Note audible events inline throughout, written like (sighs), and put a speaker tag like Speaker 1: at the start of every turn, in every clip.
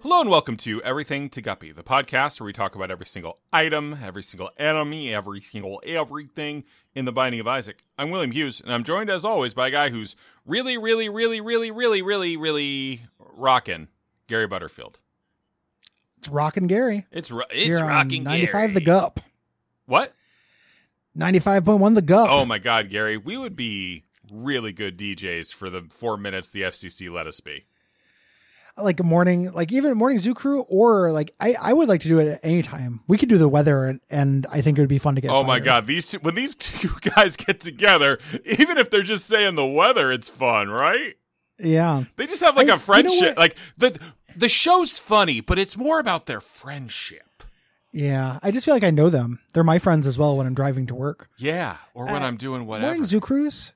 Speaker 1: Hello and welcome to Everything to Guppy, the podcast where we talk about every single item, every single enemy, every single everything in the Binding of Isaac. I'm William Hughes, and I'm joined as always by a guy who's really, really, really, really, really, really, really rockin', Gary Butterfield.
Speaker 2: It's rockin' Gary.
Speaker 1: It's ro- it's
Speaker 2: Here on
Speaker 1: rocking
Speaker 2: 95
Speaker 1: Gary.
Speaker 2: The Gup.
Speaker 1: What?
Speaker 2: 95.1 The Gup.
Speaker 1: Oh my God, Gary, we would be really good DJs for the four minutes the FCC let us be.
Speaker 2: Like morning, like even morning zoo crew or like I, I would like to do it at any time. We could do the weather and, and I think it would be fun to get
Speaker 1: Oh my
Speaker 2: fired.
Speaker 1: God, these two, when these (laughs) two guys get together, even if they're just saying the weather, it's fun, right?
Speaker 2: Yeah.
Speaker 1: They just have like
Speaker 2: I-
Speaker 1: a
Speaker 2: you know
Speaker 1: friendship.
Speaker 2: what?
Speaker 1: like the the show's funny, but it's more about their friendship.
Speaker 2: Yeah. I just feel like I know them. They're my friends as well when I'm driving to work.
Speaker 1: Yeah, or
Speaker 2: Uh,
Speaker 1: when I'm doing whatever.
Speaker 2: Morning zoo crews.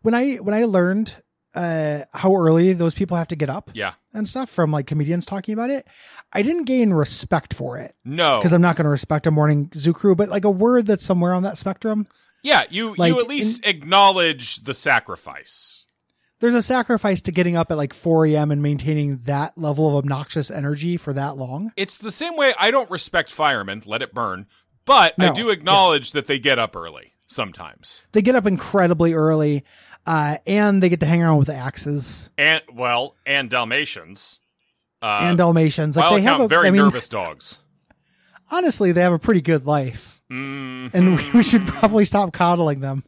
Speaker 2: When I when I learned uh how early those people have to get up
Speaker 1: yeah.
Speaker 2: and stuff from like comedians talking about it, I didn't gain respect for it.
Speaker 1: No.
Speaker 2: Because I'm not going to respect a morning zoo crew, but like a word that's somewhere on that spectrum.
Speaker 1: Yeah, you
Speaker 2: like,
Speaker 1: you at least acknowledge the sacrifice.
Speaker 2: there's a sacrifice to getting up at like 4 a.m. and maintaining that level of obnoxious energy for that long.
Speaker 1: It's the same way I don't respect firemen, let it burn, but I
Speaker 2: No,
Speaker 1: do acknowledge that they get up early sometimes.
Speaker 2: They get up incredibly early, uh, and they get to hang around with axes
Speaker 1: And well, and Dalmatians. Uh
Speaker 2: and Dalmatians. Like
Speaker 1: by all
Speaker 2: they have
Speaker 1: account,
Speaker 2: a,
Speaker 1: very
Speaker 2: I mean,
Speaker 1: nervous dogs.
Speaker 2: honestly, they have a pretty
Speaker 1: (laughs)
Speaker 2: good life,
Speaker 1: Mm,
Speaker 2: and we, we should probably stop coddling them.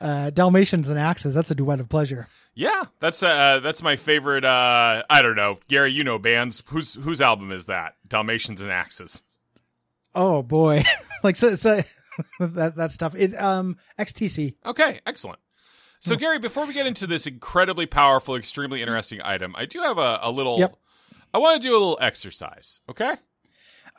Speaker 2: Uh, Dalmatians and axes. That's a duet of pleasure.
Speaker 1: yeah, that's uh that's my favorite uh I don't know. Gary, you know bands. Whose whose album is that? Dalmatians and Axes.
Speaker 2: Oh boy, (laughs) like so, so that that stuff. It um XTC.
Speaker 1: Okay, excellent. So, Gary, before we get into this incredibly powerful, extremely interesting item, I do have a, a little.
Speaker 2: Yep.
Speaker 1: I want to do a little exercise. Okay.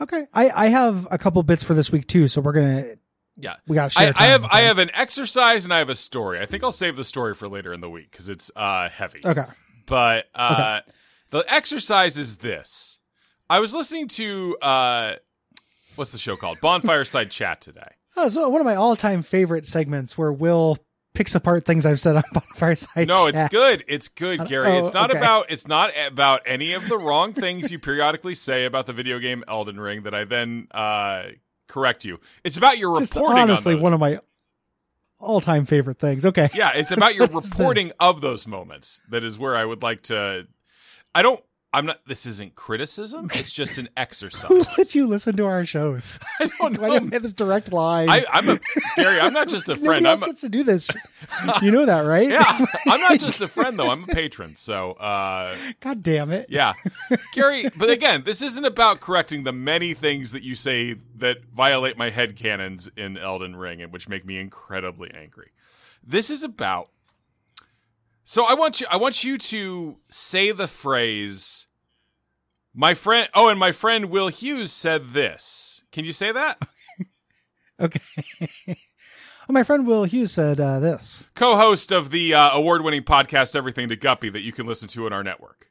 Speaker 2: Okay, I I have a couple bits for this week too, so we're gonna
Speaker 1: Yeah.
Speaker 2: we gotta share.
Speaker 1: I, I
Speaker 2: time,
Speaker 1: have
Speaker 2: okay?
Speaker 1: I have an exercise and I have a story. I think I'll save the story for later in the week because it's uh, heavy.
Speaker 2: okay.
Speaker 1: But uh, the exercise is this. I was listening to uh, what's the show called? Bonfireside Chat today.
Speaker 2: Oh, so one of my all-time favorite segments where Will picks apart things I've said on (laughs) Bonfireside.
Speaker 1: No, it's
Speaker 2: Chat.
Speaker 1: good. It's good, Gary.
Speaker 2: oh,
Speaker 1: it's not
Speaker 2: okay.
Speaker 1: about it's not about any of the wrong things you periodically say about the video game Elden Ring that I then uh correct you. It's about your
Speaker 2: Just
Speaker 1: reporting
Speaker 2: honestly
Speaker 1: on those.
Speaker 2: one of my all-time favorite things. Okay. (laughs)
Speaker 1: yeah, it's about your
Speaker 2: What is
Speaker 1: reporting
Speaker 2: this?
Speaker 1: of those moments. That is where I would like to I don't I'm not this isn't criticism. It's just
Speaker 2: (laughs)
Speaker 1: an
Speaker 2: Who
Speaker 1: exercise. (laughs)
Speaker 2: let you listen to our shows? (laughs)
Speaker 1: I don't
Speaker 2: Why didn't
Speaker 1: know.
Speaker 2: we have this direct line?
Speaker 1: Um, (laughs) I, I'm a Gary, I'm not just a friend.
Speaker 2: (laughs) Nobody
Speaker 1: I'm
Speaker 2: else
Speaker 1: a,
Speaker 2: gets to do this.
Speaker 1: (laughs)
Speaker 2: you know that, right? (laughs)
Speaker 1: yeah, I'm not just a friend though. I'm a patron. So uh
Speaker 2: God damn it.
Speaker 1: Yeah. Gary, but again, this isn't about correcting the many things that you say that violate my head canons in Elden Ring and which make me incredibly angry. This is about So I want you I want you to say the phrase my friend Oh, and my friend Will Hughes said this. Can you say
Speaker 2: (laughs)
Speaker 1: that?
Speaker 2: Okay. well, Oh, my friend Will Hughes said uh, this.
Speaker 1: Co-host of the uh, award-winning podcast Everything to Guppy that you can listen to in our network.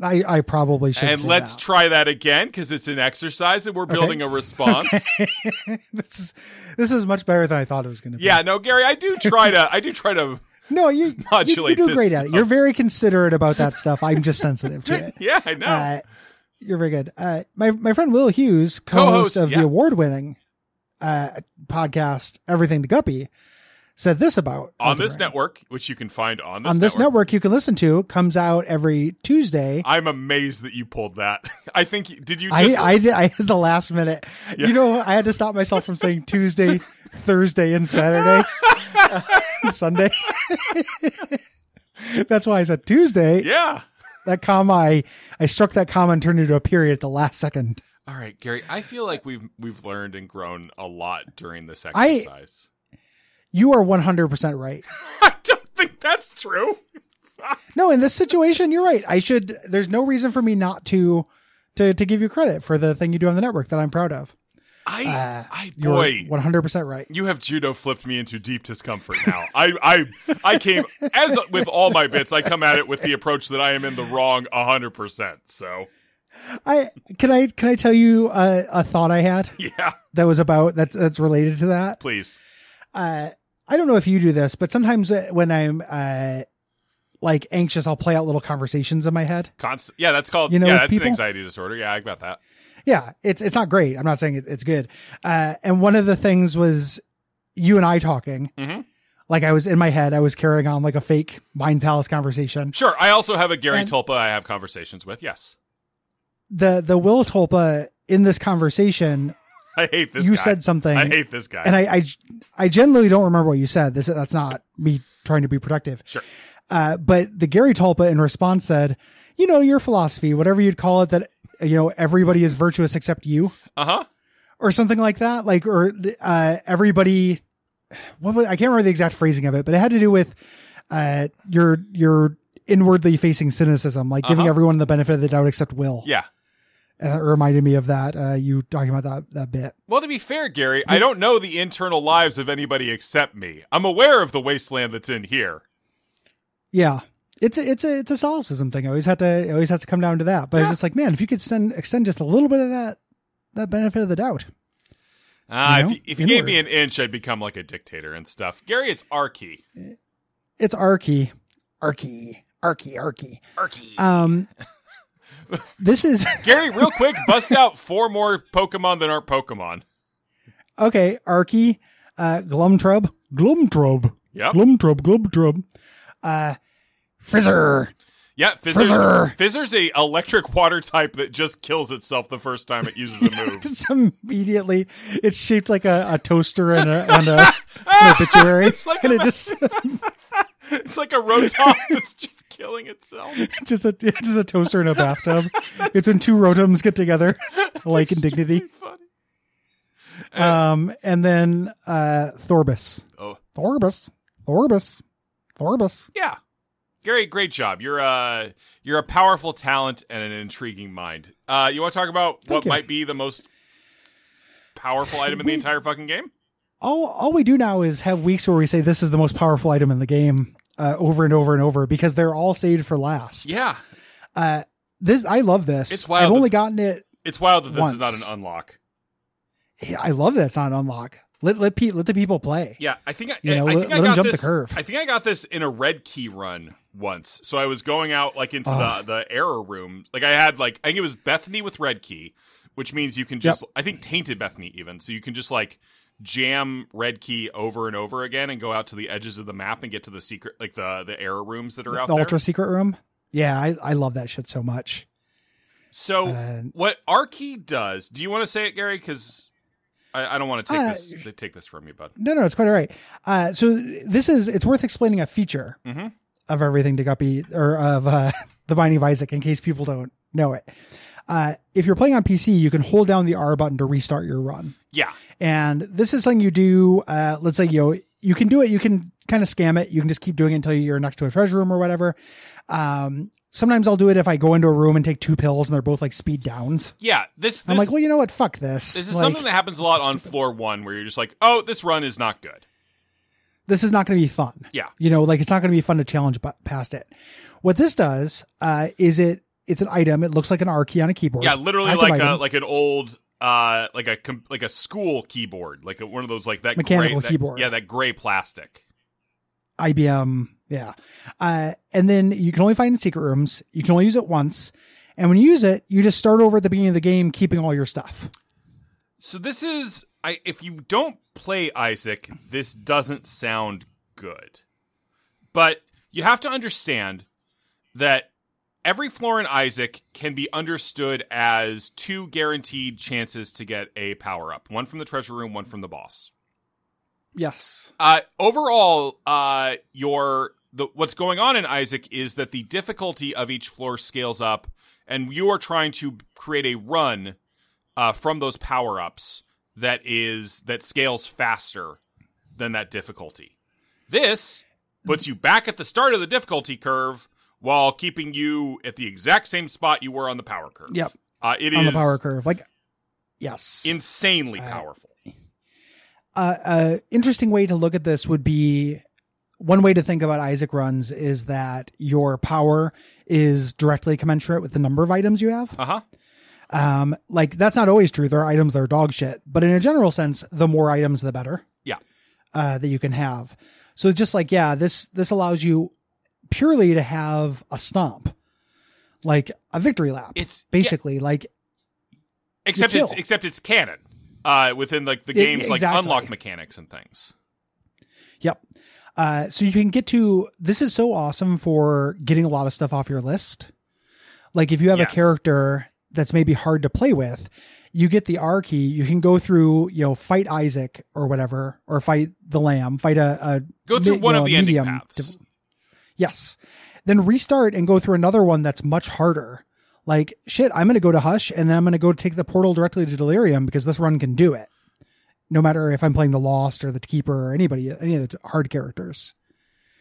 Speaker 2: I, I probably should.
Speaker 1: And
Speaker 2: say
Speaker 1: let's
Speaker 2: that.
Speaker 1: try that again cuz it's an exercise and we're building a
Speaker 2: (laughs)
Speaker 1: response.
Speaker 2: (laughs) this is this is much better than I thought it was going to be.
Speaker 1: Yeah, no, Gary, I do try to. I do try to. (laughs)
Speaker 2: No, you you, you
Speaker 1: Modulate
Speaker 2: do
Speaker 1: this
Speaker 2: great at it.
Speaker 1: stuff.
Speaker 2: You're very considerate about that stuff. I'm just
Speaker 1: (laughs)
Speaker 2: sensitive to it.
Speaker 1: Yeah, I know.
Speaker 2: Uh, you're very good. Uh, my my friend Will Hughes, co-host,
Speaker 1: Co-host,
Speaker 2: of
Speaker 1: yeah.
Speaker 2: the award-winning uh, podcast Everything to Guppy, said this about
Speaker 1: on
Speaker 2: Elden
Speaker 1: this
Speaker 2: Ring.
Speaker 1: network, which you can find on this
Speaker 2: On this network. you can listen to comes out every Tuesday.
Speaker 1: I'm amazed that you pulled that. (laughs) I think you- did you
Speaker 2: I,
Speaker 1: Uh, just
Speaker 2: I did. I (laughs) it was the last minute. You know, I had to stop myself from saying
Speaker 1: (laughs)
Speaker 2: Tuesday, Thursday, and Saturday, (laughs) uh, and Sunday. (laughs) That's why I said Tuesday.
Speaker 1: yeah.
Speaker 2: that comma I, I struck that comma and turned it into a period at the last second.
Speaker 1: All right, Gary. I feel like we've we've learned and grown a lot during this
Speaker 2: I-
Speaker 1: exercise. (laughs)
Speaker 2: You are 100% right.
Speaker 1: I, don't think that's true.
Speaker 2: No, in this situation you're right. I should there's no reason for me not to to to give you credit for the thing you do on the network that I'm proud of.
Speaker 1: I
Speaker 2: Uh,
Speaker 1: I
Speaker 2: You're
Speaker 1: boy.
Speaker 2: 100% right.
Speaker 1: You have judo flipped me into deep discomfort now. I, I I came as with all my bits. I come at it with the approach that I am in the wrong hundred percent. So
Speaker 2: I can I can I tell you a, a thought I had
Speaker 1: yeah,
Speaker 2: that was about that's that's related to that.
Speaker 1: please.
Speaker 2: Uh I don't know if you do this, but sometimes uh, when I'm uh like anxious, I'll play out little conversations in my head.
Speaker 1: Const- yeah, that's called.
Speaker 2: You know,
Speaker 1: yeah,
Speaker 2: with
Speaker 1: that's
Speaker 2: people-
Speaker 1: an anxiety disorder. Yeah, I got that.
Speaker 2: Yeah, it's it's not great. I'm not saying it, it's good. Uh, and one of the things was you and I talking.
Speaker 1: Mhm.
Speaker 2: Like I was in my head, I was carrying on like a fake mind palace conversation.
Speaker 1: Sure. I also have a Gary
Speaker 2: And-
Speaker 1: Tulpa I have conversations with. Yes. (laughs)
Speaker 2: The the Will Tulpa in this conversation,
Speaker 1: I hate this
Speaker 2: you
Speaker 1: guy.
Speaker 2: said something,
Speaker 1: I hate this guy.
Speaker 2: and I, I I generally don't remember what you said. This that's not me trying to be protective.
Speaker 1: sure.
Speaker 2: Uh, but the Gary Tulpa in response said, "You know your philosophy, whatever you'd call it, that you know everybody is virtuous except you."
Speaker 1: Uh huh.
Speaker 2: or something like that. Like, or uh, everybody, what was, I can't remember the exact phrasing of it, but it had to do with uh, your your inwardly facing cynicism, like giving
Speaker 1: Uh-huh.
Speaker 2: everyone the benefit of the doubt except Will.
Speaker 1: Yeah.
Speaker 2: and it reminded me of that. Uh, you talking about that that bit?
Speaker 1: Well, to be fair, Gary, I don't know the internal lives of anybody except me. I'm aware of the wasteland that's in here.
Speaker 2: Yeah. It's a, it's a it's a solipsism thing. I always had to I always had to come down to that. But I was
Speaker 1: Yeah.
Speaker 2: just like, man, if you could send extend just a little bit of that that benefit of the doubt.
Speaker 1: Ah,
Speaker 2: You know,
Speaker 1: if, if you gave
Speaker 2: inward.
Speaker 1: me an inch, I'd become like a dictator and stuff. Gary, it's Arky.
Speaker 2: It's arky, arky, arky, arky.
Speaker 1: Arky. (laughs)
Speaker 2: Um, this is
Speaker 1: Gary, real quick, bust out four more Pokemon that aren't Pokemon.
Speaker 2: Okay, Arky, uh, Glumtrub, Glumtrub,
Speaker 1: Yep.
Speaker 2: Glumtrub, Glumtrub, uh, Frizzer.
Speaker 1: Yeah, Fizzer.
Speaker 2: Fizzer.
Speaker 1: Fizzer's a electric water type that just kills itself the first time it uses a move.
Speaker 2: (laughs) Just immediately, it's shaped like a, a toaster and a, and
Speaker 1: (laughs)
Speaker 2: a an obituary,
Speaker 1: It's like
Speaker 2: and
Speaker 1: (laughs)
Speaker 2: it just (laughs)
Speaker 1: It's like a Rotom (laughs) that's just killing itself.
Speaker 2: just a just a toaster in a bathtub. it's when two rotums get together,
Speaker 1: (laughs)
Speaker 2: like in dignity.
Speaker 1: Pretty funny.
Speaker 2: Um, and then uh, Thorbus,
Speaker 1: Oh.
Speaker 2: Thorbus, Thorbus, Thorbus.
Speaker 1: Yeah. Gary, great job. You're a you're a powerful talent and an intriguing mind. Uh, you want to talk about what
Speaker 2: you.
Speaker 1: might be the most powerful item in the entire fucking game?
Speaker 2: all all we do now is have weeks where we say this is the most powerful item in the game uh, over and over and over because they're all saved for last.
Speaker 1: Yeah,
Speaker 2: Uh, this I love this.
Speaker 1: It's wild
Speaker 2: I've
Speaker 1: that-
Speaker 2: only gotten it.
Speaker 1: it's wild that this is not
Speaker 2: Once.
Speaker 1: an unlock.
Speaker 2: I love that it's not an unlock. Let let Pete let the people play.
Speaker 1: Yeah, I think I,
Speaker 2: You know,
Speaker 1: I
Speaker 2: let-
Speaker 1: think I
Speaker 2: let 'em
Speaker 1: got
Speaker 2: jump the
Speaker 1: this.
Speaker 2: curve.
Speaker 1: I think I got this in a red key run once. So I was going out like into
Speaker 2: Ah.
Speaker 1: the the error room. Like I had like I think it was Bethany with red key, which means you can just I think tainted Bethany even. So you can just like jam red key over and over again and go out to the edges of the map and get to the secret like the the error rooms that are out
Speaker 2: the
Speaker 1: there.
Speaker 2: ultra secret room. Yeah, I, I love that shit so much.
Speaker 1: so
Speaker 2: Uh,
Speaker 1: what Arky does? Do you want to say it, Gary? Because I, I don't want to take
Speaker 2: Uh,
Speaker 1: this take this from you, bud.
Speaker 2: No, no, it's quite all right. Uh, so this is it's worth explaining a feature
Speaker 1: Mhm.
Speaker 2: of everything to Guppy or of uh, (laughs) the Binding of Isaac in case people don't know it. Uh, if you're playing on PC, you can hold down the R button to restart your run.
Speaker 1: Yeah,
Speaker 2: And this is something you do. Uh, let's say you know, you can do it. You can kind of scam it. You can just keep doing it until you're next to a treasure room or whatever. Um, sometimes I'll do it if I go into a room and take two pills and they're both like speed downs.
Speaker 1: yeah. This, this
Speaker 2: I'm like, well, you know what? Fuck this.
Speaker 1: This is
Speaker 2: Like,
Speaker 1: something that happens a lot on floor one where you're just like, oh, this run is not good.
Speaker 2: this is not going to be fun.
Speaker 1: Yeah.
Speaker 2: You know, like it's not going to be fun to challenge bu- past it. What this does uh, is it it's an item. It looks like an R key on a keyboard.
Speaker 1: Yeah, literally
Speaker 2: Active
Speaker 1: like a
Speaker 2: item.
Speaker 1: like an old uh like a com- like a school keyboard, like a, one of those like that
Speaker 2: Mechanical
Speaker 1: gray, that-
Speaker 2: keyboard.
Speaker 1: yeah, that gray plastic.
Speaker 2: IBM. Yeah. Uh, and then you can only find it in secret rooms. You can only use it once. And when you use it, you just start over at the beginning of the game, keeping all your stuff.
Speaker 1: So this is I if you don't play Isaac, this doesn't sound good. But you have to understand that every floor in Isaac can be understood as two guaranteed chances to get a power up, one from the treasure room, one from the boss.
Speaker 2: Yes.
Speaker 1: Uh, overall, uh, your the what's going on in Isaac is that the difficulty of each floor scales up, and you are trying to create a run uh, from those power ups that is that scales faster than that difficulty. This puts you back at the start of the difficulty curve while keeping you at the exact same spot you were on the power curve.
Speaker 2: Yep.
Speaker 1: uh, it
Speaker 2: on the
Speaker 1: is
Speaker 2: power curve. Like, yes.
Speaker 1: insanely
Speaker 2: Uh,
Speaker 1: powerful.
Speaker 2: uh, uh, interesting way to look at this would be one way to think about Isaac runs is that your power is directly commensurate with the number of items you have.
Speaker 1: Uh huh.
Speaker 2: Um, like that's not always true. There are items that are dog shit, but in a general sense, the more items, the better.
Speaker 1: Yeah.
Speaker 2: Uh, that you can have. So just like, yeah, this, this allows you purely to have a stomp, like a victory lap.
Speaker 1: It's
Speaker 2: basically like
Speaker 1: yeah, except it's
Speaker 2: kill.
Speaker 1: except it's canon uh, within like the
Speaker 2: Yeah,
Speaker 1: game's
Speaker 2: E-, exactly.
Speaker 1: like unlock mechanics and things.
Speaker 2: Yep. Uh, so you can get to this is so awesome for getting a lot of stuff off your list. Like if you have
Speaker 1: Yes.
Speaker 2: a character that's maybe hard to play with, you get the R key. You can go through, you know, fight Isaac or whatever, or fight the lamb, fight a, a
Speaker 1: Go through
Speaker 2: mi-
Speaker 1: one
Speaker 2: you know,
Speaker 1: of
Speaker 2: a
Speaker 1: the ending
Speaker 2: medium
Speaker 1: paths.
Speaker 2: div- yes, then restart and go through another one that's much harder. Like shit, I'm gonna go to Hush and then I'm gonna go take the portal directly to Delirium because this run can do it. No matter if I'm playing the Lost or the Keeper or anybody, any of the t- hard characters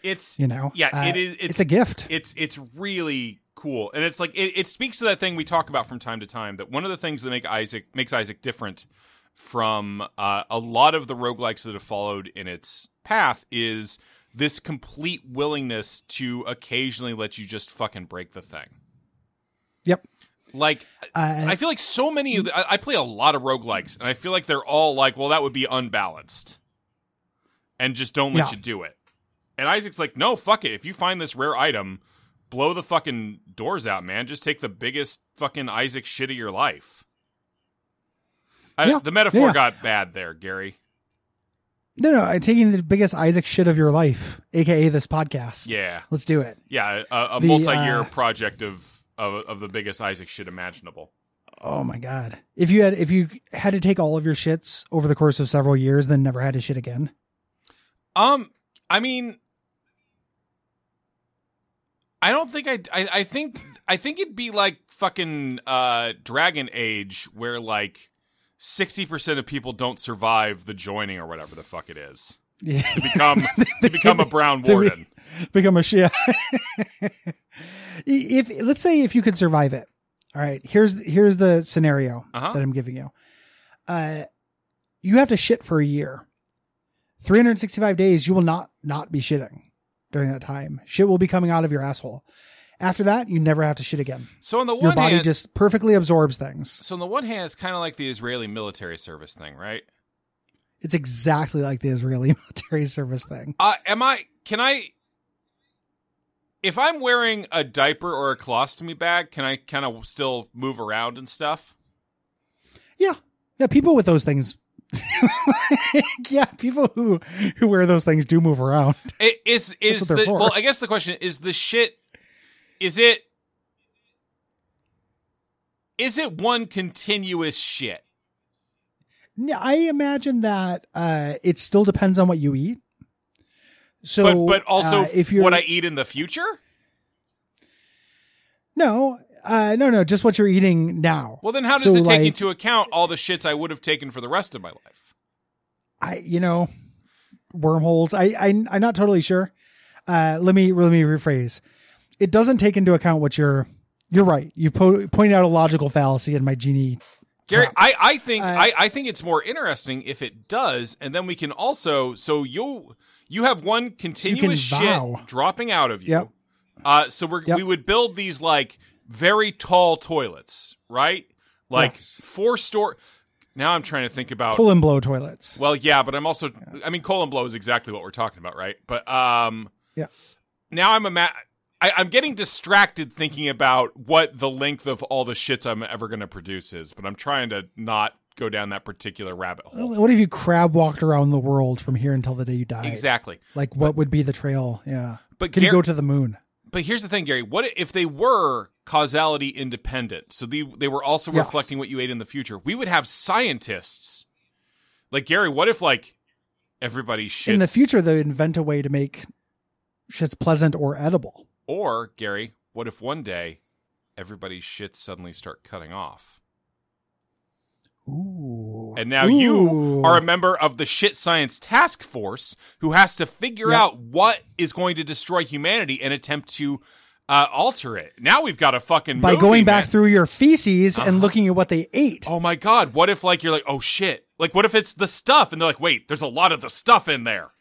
Speaker 1: it's
Speaker 2: you know
Speaker 1: Yeah,
Speaker 2: Uh,
Speaker 1: it is-
Speaker 2: it's,
Speaker 1: it's-
Speaker 2: a gift
Speaker 1: it's it's really cool and it's like it, it speaks to that thing we talk about from time to time that one of the things that make isaac makes isaac different from uh, a lot of the roguelikes that have followed in its path is this complete willingness to occasionally let you just fucking break the thing
Speaker 2: yep
Speaker 1: like
Speaker 2: uh,
Speaker 1: i feel like so many of the, I, I play a lot of roguelikes and i feel like they're all like well that would be unbalanced and just don't let
Speaker 2: Yeah.
Speaker 1: you do it and isaac's like no fuck it if you find this rare item blow the fucking doors out man just take the biggest fucking isaac shit of your life I,
Speaker 2: Yeah.
Speaker 1: the metaphor
Speaker 2: Yeah.
Speaker 1: got bad there gary
Speaker 2: no no i'm taking the biggest isaac shit of your life aka this podcast
Speaker 1: yeah
Speaker 2: let's do it
Speaker 1: yeah a, a
Speaker 2: The,
Speaker 1: multi-year
Speaker 2: uh,
Speaker 1: project of, of of the biggest isaac shit imaginable
Speaker 2: oh my god if you had if you had to take all of your shits over the course of several years then never had to shit again (laughs)
Speaker 1: Um, I mean, I don't think I, I. I think I think it'd be like fucking uh Dragon Age, where like sixty percent of people don't survive the joining or whatever the fuck it is
Speaker 2: yeah
Speaker 1: to
Speaker 2: (laughs)
Speaker 1: become to become a brown
Speaker 2: To be-
Speaker 1: warden.
Speaker 2: become a (laughs) shit if let's say if you could survive it all right here's here's the scenario
Speaker 1: Uh-huh.
Speaker 2: that i'm giving you uh you have to shit for a year 365 days you will not not be shitting during that time shit will be coming out of your asshole after that you never have to shit again
Speaker 1: So on the
Speaker 2: your
Speaker 1: one
Speaker 2: body
Speaker 1: hand,
Speaker 2: just perfectly absorbs things
Speaker 1: so on the one hand, it's kind of like the Israeli military service thing, right?
Speaker 2: it's exactly like the israeli (laughs) military service thing
Speaker 1: Uh, am I? Can I? If I'm wearing a diaper or a colostomy bag, can I kind of still move around and stuff?
Speaker 2: yeah yeah people with those things (laughs) yeah people who who wear those things do move around
Speaker 1: It is is
Speaker 2: what they're
Speaker 1: the,
Speaker 2: for.
Speaker 1: well, I guess the question is the shit is it is it one continuous shit?
Speaker 2: Yeah, I imagine that uh, it still depends on what you eat.
Speaker 1: but
Speaker 2: So,
Speaker 1: but also
Speaker 2: uh, if you're
Speaker 1: what I eat in the future?
Speaker 2: no, uh, no, no, just what you're eating now.
Speaker 1: Well then how does
Speaker 2: So,
Speaker 1: it take
Speaker 2: like,
Speaker 1: into account all the shits I would have taken for the rest of my life?
Speaker 2: I, you know, wormholes. I, I, I'm not totally sure. Uh, let me let me rephrase. It doesn't take into account what you're. You're right. You po- pointed out a logical fallacy in my genie.
Speaker 1: Gary,
Speaker 2: Crap.
Speaker 1: I, I think
Speaker 2: Uh,
Speaker 1: I, I think it's more interesting if it does, and then we can also so you you have one continuous
Speaker 2: vow.
Speaker 1: shit dropping out of you.
Speaker 2: Yep.
Speaker 1: Uh, so we're
Speaker 2: Yep.
Speaker 1: we would build these like very tall toilets, right? Like
Speaker 2: Yes.
Speaker 1: four store. Now I'm trying to think about.
Speaker 2: Pull and blow toilets.
Speaker 1: well, yeah, but I'm also. I mean, colon blow is exactly what we're talking about, right? But um,
Speaker 2: Yeah.
Speaker 1: Now I'm a ma- I, I'm getting distracted thinking about what the length of all the shits I'm ever going to produce is, but I'm trying to not go down that particular rabbit hole.
Speaker 2: What if you crab walked around the world from here until the day you die?
Speaker 1: Exactly.
Speaker 2: Like, what would be the trail? Yeah.
Speaker 1: But
Speaker 2: Can you
Speaker 1: Gar-
Speaker 2: go to the moon?
Speaker 1: But here's the thing, Gary. What if they were causality independent? So they they were also
Speaker 2: Yes.
Speaker 1: reflecting what you ate in the future. We would have scientists. Like Gary, what if like everybody shits
Speaker 2: in the future they invent a way to make shits pleasant or edible
Speaker 1: Or Gary, what if one day everybody's shits suddenly start cutting off,
Speaker 2: ooh
Speaker 1: and now you are a member of the shit science task force who has to figure
Speaker 2: Yeah.
Speaker 1: out what is going to destroy humanity and attempt to uh, alter it. Now we've got a fucking
Speaker 2: by
Speaker 1: movie,
Speaker 2: going back
Speaker 1: man. Uh-huh.
Speaker 2: through your feces and looking at what they ate
Speaker 1: oh my god what if like you're like oh shit like what if it's the stuff and they're like wait there's a lot of the stuff in there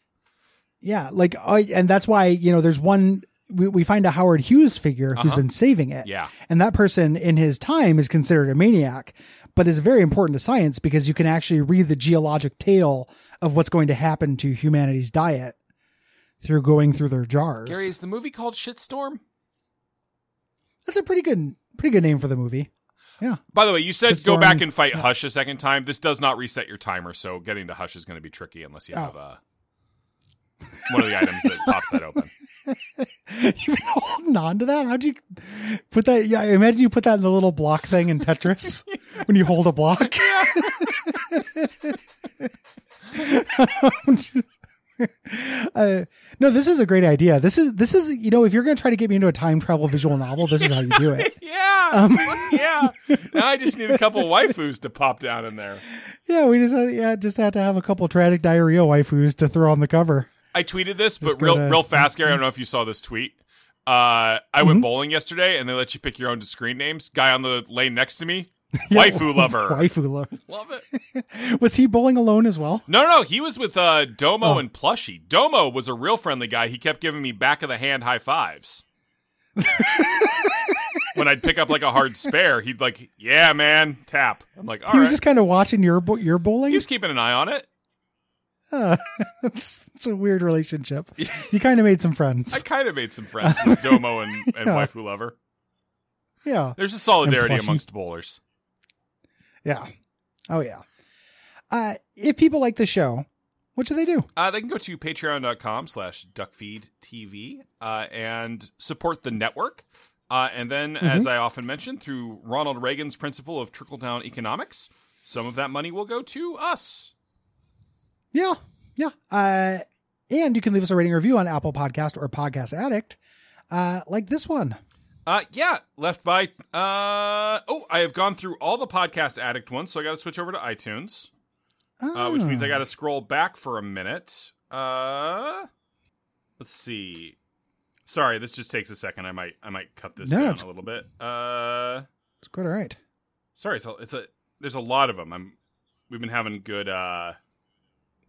Speaker 2: yeah like I and that's why you know there's one we, we find a howard hughes figure who's been saving it
Speaker 1: Uh-huh. Yeah.
Speaker 2: and that person in his time is considered a maniac but is very important to science because you can actually read the geologic tale of what's going to happen to humanity's diet through going through their jars.
Speaker 1: Gary, is the movie called Shitstorm?
Speaker 2: That's a pretty good pretty good name for the movie. Yeah.
Speaker 1: By the way, you said go
Speaker 2: Shitstorm,
Speaker 1: back and fight Hush a second time. This does not reset your timer, so getting to Hush is going to be tricky unless you
Speaker 2: Oh.
Speaker 1: have uh, one of the items that pops that open.
Speaker 2: (laughs) You've been holding on to that? How'd you put that? Yeah, I imagine you put that in the little block thing
Speaker 1: (laughs)
Speaker 2: in Tetris when you hold a block. (laughs) uh, no, this is a great idea. This is this is you know if you're going to try to get me into a time travel visual novel, this is how you do it.
Speaker 1: (laughs) (laughs) Yeah,
Speaker 2: Um.
Speaker 1: yeah. Now I just need a couple waifus to pop down in there.
Speaker 2: Yeah, we just had, yeah just had to have a couple tragic diarrhea waifus to throw on the cover.
Speaker 1: I tweeted this, but
Speaker 2: Just Mm-hmm.
Speaker 1: real
Speaker 2: gotta-
Speaker 1: real fast, Gary. I don't know if you saw this tweet. Uh, I
Speaker 2: Mm-hmm.
Speaker 1: went bowling yesterday, and they let you pick your own screen names. Guy on the lane next to
Speaker 2: (laughs)
Speaker 1: me, waifu lover.
Speaker 2: Waifu lover.
Speaker 1: Love it.
Speaker 2: Was he bowling alone as well?
Speaker 1: (laughs) No, no, he was with uh, Domo
Speaker 2: Oh.
Speaker 1: and Plushy. Domo was a real friendly guy. He kept giving me back of the hand high
Speaker 2: (laughs)
Speaker 1: fives. when I'd pick up like a hard spare, he'd like, "Yeah, man, tap." I'm like, "All right."
Speaker 2: he was just kind of watching your bo- your bowling.
Speaker 1: he was keeping an eye on it.
Speaker 2: Uh, (laughs) it's, it's a
Speaker 1: (laughs)
Speaker 2: weird relationship. You kind of made some
Speaker 1: I
Speaker 2: friends.
Speaker 1: kind of made some friends
Speaker 2: (laughs)
Speaker 1: with Domo and, and
Speaker 2: Yeah.
Speaker 1: waifu lover.
Speaker 2: Yeah.
Speaker 1: There's a solidarity
Speaker 2: And Plushy.
Speaker 1: amongst bowlers.
Speaker 2: Yeah. Oh, yeah. Uh, if people like the show, what should they do?
Speaker 1: Uh, they can go to patreon.com slash duckfeedtv uh, and support the network. Uh, and then,
Speaker 2: Mm-hmm.
Speaker 1: as I often mention, through Ronald Reagan's principle of trickle down economics, some of that money will go to us.
Speaker 2: Yeah. Yeah. Uh, and you can leave us a rating or review on Apple Podcast or Podcast Addict, uh, like this one.
Speaker 1: Uh, yeah, left by. Uh, oh, I have gone through all the podcast addict ones, so I got to switch over to iTunes, uh, which means I got to scroll back for a minute. Uh, let's see. Sorry, this just takes a second. I might I might cut this
Speaker 2: No,
Speaker 1: down
Speaker 2: it's-
Speaker 1: a little bit. Uh,
Speaker 2: It's quite Ah, all right.
Speaker 1: sorry it's a, it's a there's a lot of them i'm we've been having good uh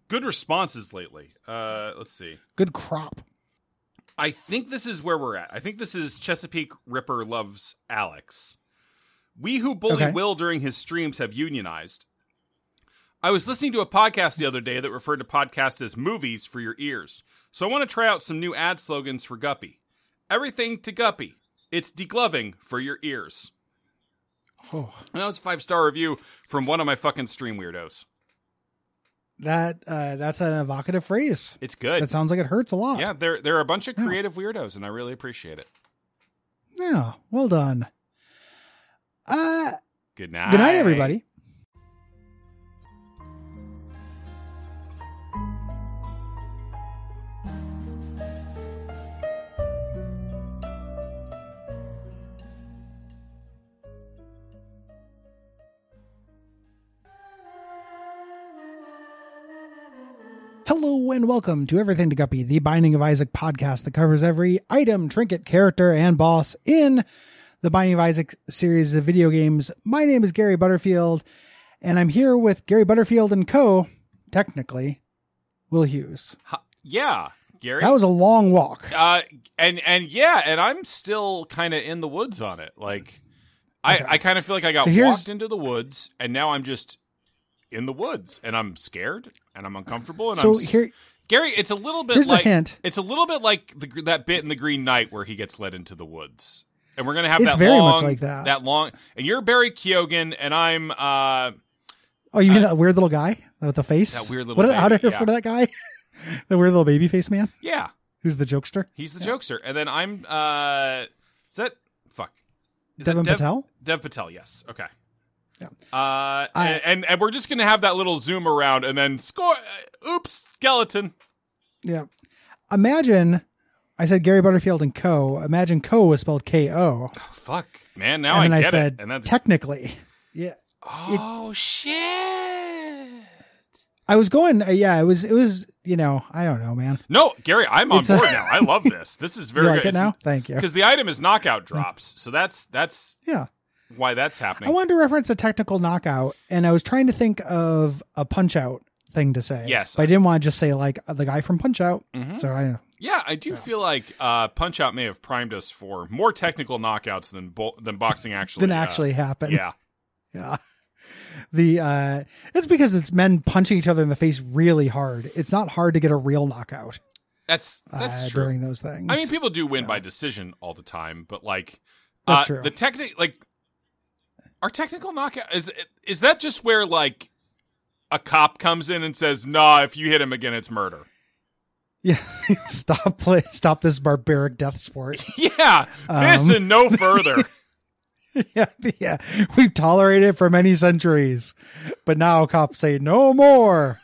Speaker 1: good responses lately uh let's see
Speaker 2: Good crop.
Speaker 1: i think this is where we're at i think this is chesapeake ripper loves alex we who bully
Speaker 2: Okay.
Speaker 1: will during his streams have unionized i was listening to a podcast the other day that referred to podcasts as movies for your ears so i want to try out some new ad slogans for guppy everything to guppy it's degloving for your ears
Speaker 2: Oh,
Speaker 1: and that was a five star review from one of my fucking stream weirdos.
Speaker 2: that uh, that's an evocative phrase.
Speaker 1: It's good.
Speaker 2: That sounds like it hurts a lot.
Speaker 1: yeah, there there are a bunch of creative weirdos, and I really appreciate it.
Speaker 2: Yeah. Well done. Uh,
Speaker 1: Good night.
Speaker 2: good night, everybody. Hello and welcome to Everything to Guppy, the Binding of Isaac podcast that covers every item, trinket, character, and boss in the Binding of Isaac series of video games. My name is Gary Butterfield, and I'm here with Gary Butterfield and co, technically, Will Hughes.
Speaker 1: Ha- yeah, Gary.
Speaker 2: That was a long walk.
Speaker 1: uh, and and yeah, and I'm still kind of in the woods on it. Like, I I kind of feel like I got
Speaker 2: So here's-
Speaker 1: walked into the woods, and now I'm just in the woods, and I'm scared, and I'm uncomfortable, and
Speaker 2: So
Speaker 1: I'm s-
Speaker 2: here,
Speaker 1: Gary. It's a little bit
Speaker 2: Here's the
Speaker 1: like
Speaker 2: hint.
Speaker 1: it's a little bit like the, gr- that bit in the Green Knight where he gets led into the woods, and we're gonna have
Speaker 2: It's
Speaker 1: that
Speaker 2: very much
Speaker 1: long,
Speaker 2: like that.
Speaker 1: long. And you're Barry Keoghan, and I'm uh.
Speaker 2: oh, you mean that weird little guy with the face?
Speaker 1: That weird little
Speaker 2: What did- how
Speaker 1: baby,
Speaker 2: did I
Speaker 1: yeah.
Speaker 2: refer to that guy? (laughs) the weird little baby face man
Speaker 1: Yeah,
Speaker 2: who's the jokester?
Speaker 1: he's the jokester, and then I'm uh, is that fuck? Is that
Speaker 2: Devin
Speaker 1: Dev-
Speaker 2: Patel?
Speaker 1: Dev Patel, yes. Okay.
Speaker 2: Yeah.
Speaker 1: Uh, and, and and we're just gonna have that little zoom around, and then score. uh, oops, skeleton.
Speaker 2: Yeah. Imagine I said Gary Butterfield and Co. Imagine Co was spelled K O.
Speaker 1: Fuck, man. Now
Speaker 2: And then
Speaker 1: I
Speaker 2: I,
Speaker 1: get
Speaker 2: said
Speaker 1: it. And that's
Speaker 2: technically. (laughs) Yeah.
Speaker 1: oh shit.
Speaker 2: I was going uh, yeah, it was it was, you know, I don't know, man.
Speaker 1: No, Gary, I'm on
Speaker 2: It's a-
Speaker 1: board now. I love this. This is
Speaker 2: (laughs) You
Speaker 1: very
Speaker 2: like
Speaker 1: good
Speaker 2: it now? Thank you.
Speaker 1: because the item is knockout drops, so that's that's
Speaker 2: Yeah.
Speaker 1: why that's
Speaker 2: I
Speaker 1: happening.
Speaker 2: wanted to reference a technical knockout and I was trying to think of a punch out thing to say.
Speaker 1: Yes. Mm-hmm.
Speaker 2: But I didn't want to just say like uh, the guy from Punch Out. So I
Speaker 1: Yeah, I do feel like uh, Punch Out may have primed us for more technical knockouts than bo- than boxing actually.
Speaker 2: didn't
Speaker 1: uh,
Speaker 2: actually happen.
Speaker 1: yeah,
Speaker 2: (laughs) Yeah. The uh that's because it's men punching each other in the face really hard. It's not hard to get a real knockout.
Speaker 1: That's that's
Speaker 2: uh,
Speaker 1: true.
Speaker 2: during those things.
Speaker 1: I mean, people do win
Speaker 2: Yeah.
Speaker 1: by decision all the time, but like,
Speaker 2: That's
Speaker 1: uh,
Speaker 2: true.
Speaker 1: the technique, like, our technical knockout is is that just where like a cop comes in and says, "Nah, if you hit him again, it's murder."
Speaker 2: (laughs) (laughs) yeah, stop play, stop this barbaric death sport.
Speaker 1: yeah, this
Speaker 2: Um.
Speaker 1: and no
Speaker 2: (laughs)
Speaker 1: further.
Speaker 2: yeah, yeah, we've tolerated it for many centuries, but now cops say no more.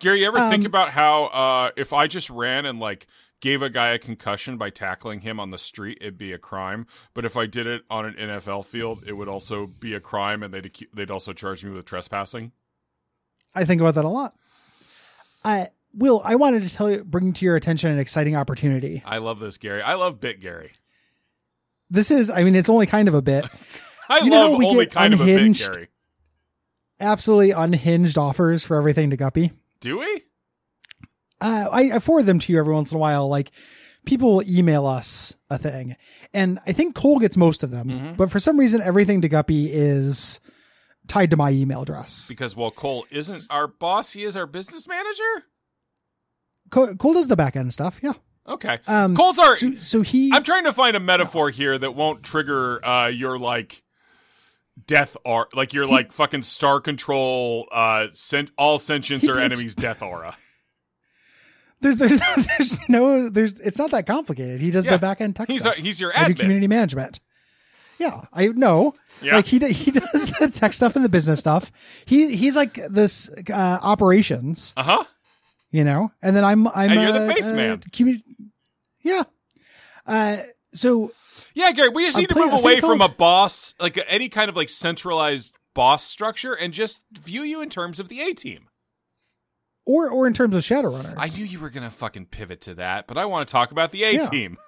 Speaker 1: Gary, you ever think
Speaker 2: Um,
Speaker 1: about how uh, if I just ran and like gave a guy a concussion by tackling him on the street, it'd be a crime. But if I did it on an NFL field, it would also be a crime, and they'd acu- they'd also charge me with trespassing.
Speaker 2: I think about that a lot. I Will, I wanted to tell you, bring to your attention an exciting opportunity.
Speaker 1: I love this, Gary. I love bit Gary.
Speaker 2: This is, I mean, it's only kind of a bit.
Speaker 1: I
Speaker 2: You know
Speaker 1: love
Speaker 2: how we
Speaker 1: only
Speaker 2: get
Speaker 1: kind
Speaker 2: unhinged?
Speaker 1: of a bit Gary.
Speaker 2: Absolutely unhinged offers for everything to Guppy.
Speaker 1: Do we?
Speaker 2: uh, I, I forward them to you every once in a while. Like people will email us a thing, and I think Cole gets most of them. But for some reason, everything to Guppy is tied to my email address.
Speaker 1: Because while Cole isn't our boss, he is our business manager.
Speaker 2: Cole, Cole does the back end stuff. Yeah.
Speaker 1: Okay,
Speaker 2: Um,
Speaker 1: Cole's our.
Speaker 2: So, so he.
Speaker 1: I'm trying to find a metaphor here that won't trigger uh, your like death aura, like your like fucking star control. Uh, sent all sentients
Speaker 2: He
Speaker 1: are
Speaker 2: did
Speaker 1: enemies' death aura.
Speaker 2: there's there's (laughs) no, there's no there's it's not that complicated. He does
Speaker 1: Yeah.
Speaker 2: the back end tech
Speaker 1: He's
Speaker 2: stuff.
Speaker 1: our, he's your
Speaker 2: I do
Speaker 1: admin.
Speaker 2: community management. Yeah, I know.
Speaker 1: Yeah.
Speaker 2: Like he d- he (laughs) does the tech stuff and the business stuff. He he's like this uh, operations.
Speaker 1: Uh huh.
Speaker 2: you know and then i'm i'm
Speaker 1: And you're the
Speaker 2: uh,
Speaker 1: face
Speaker 2: uh,
Speaker 1: man.
Speaker 2: commu- yeah uh so
Speaker 1: Yeah, Gary. We just
Speaker 2: I'm
Speaker 1: need to
Speaker 2: play-
Speaker 1: move
Speaker 2: I think
Speaker 1: away
Speaker 2: it's
Speaker 1: from a
Speaker 2: called-
Speaker 1: boss, like any kind of like centralized boss structure, and just view you in terms of the A team.
Speaker 2: or or in terms of shadowrunners
Speaker 1: I knew you were gonna fucking pivot to that, but I want to talk about the A
Speaker 2: Yeah.
Speaker 1: team.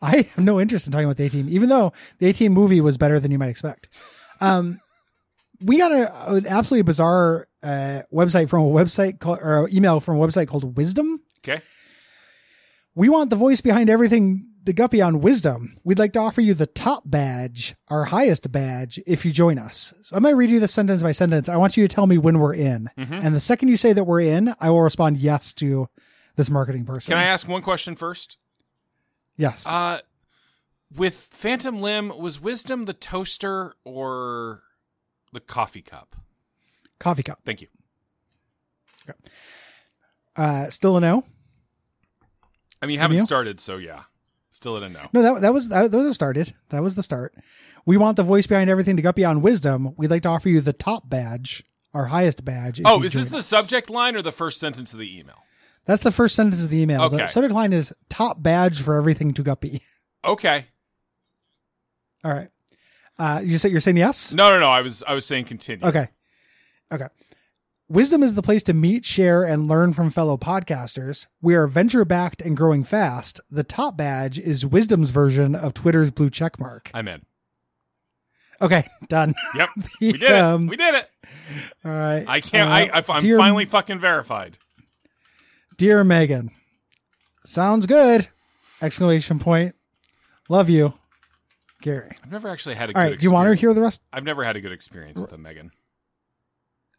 Speaker 2: I have no interest in talking about the 18 even though the 18 movie was better than you might expect um we got a, an absolutely bizarre uh website from a website called or email from a website called wisdom
Speaker 1: Okay.
Speaker 2: we want the voice behind everything the guppy on wisdom we'd like to offer you the top badge our highest badge if you join us so i'm going to read you this sentence by sentence i want you to tell me when we're in
Speaker 1: Mhm.
Speaker 2: and the second you say that we're in i will respond yes to this marketing person
Speaker 1: Can I ask one question first?
Speaker 2: yes
Speaker 1: Uh, with Phantom Limb, was Wisdom the toaster or the coffee cup?
Speaker 2: coffee cup
Speaker 1: Thank you.
Speaker 2: uh still a no
Speaker 1: I mean, you haven't
Speaker 2: you?
Speaker 1: started, so yeah. Still at a
Speaker 2: (laughs)
Speaker 1: no.
Speaker 2: no that, that was that, those are started that was the start we want the voice behind everything to guppy on wisdom we'd like to offer you the top badge our highest badge if
Speaker 1: Oh,
Speaker 2: you
Speaker 1: is this
Speaker 2: join
Speaker 1: the
Speaker 2: us."
Speaker 1: subject line or the first sentence of the email?
Speaker 2: that's the first sentence of the email
Speaker 1: Okay.
Speaker 2: the subject line is top badge for everything to guppy (laughs)
Speaker 1: Okay.
Speaker 2: All right. Uh, you said you're saying yes.
Speaker 1: No, no, no. I was I was saying continue.
Speaker 2: Okay. Okay. Wisdom is the place to meet, share, and learn from fellow podcasters. We are venture backed and growing fast. The top badge is Wisdom's version of Twitter's blue check mark.
Speaker 1: I'm in.
Speaker 2: Okay, (laughs) done.
Speaker 1: Yep. We did it.
Speaker 2: Um,
Speaker 1: We did it.
Speaker 2: All right.
Speaker 1: I can't. I, I, I'm
Speaker 2: dear-
Speaker 1: finally fucking verified.
Speaker 2: Dear Megan, sounds good! Exclamation point. Love you, Gary.
Speaker 1: I've never actually had a
Speaker 2: All
Speaker 1: good
Speaker 2: right. Do you want to
Speaker 1: experience.
Speaker 2: hear the rest?
Speaker 1: I've never had a good experience with a Megan.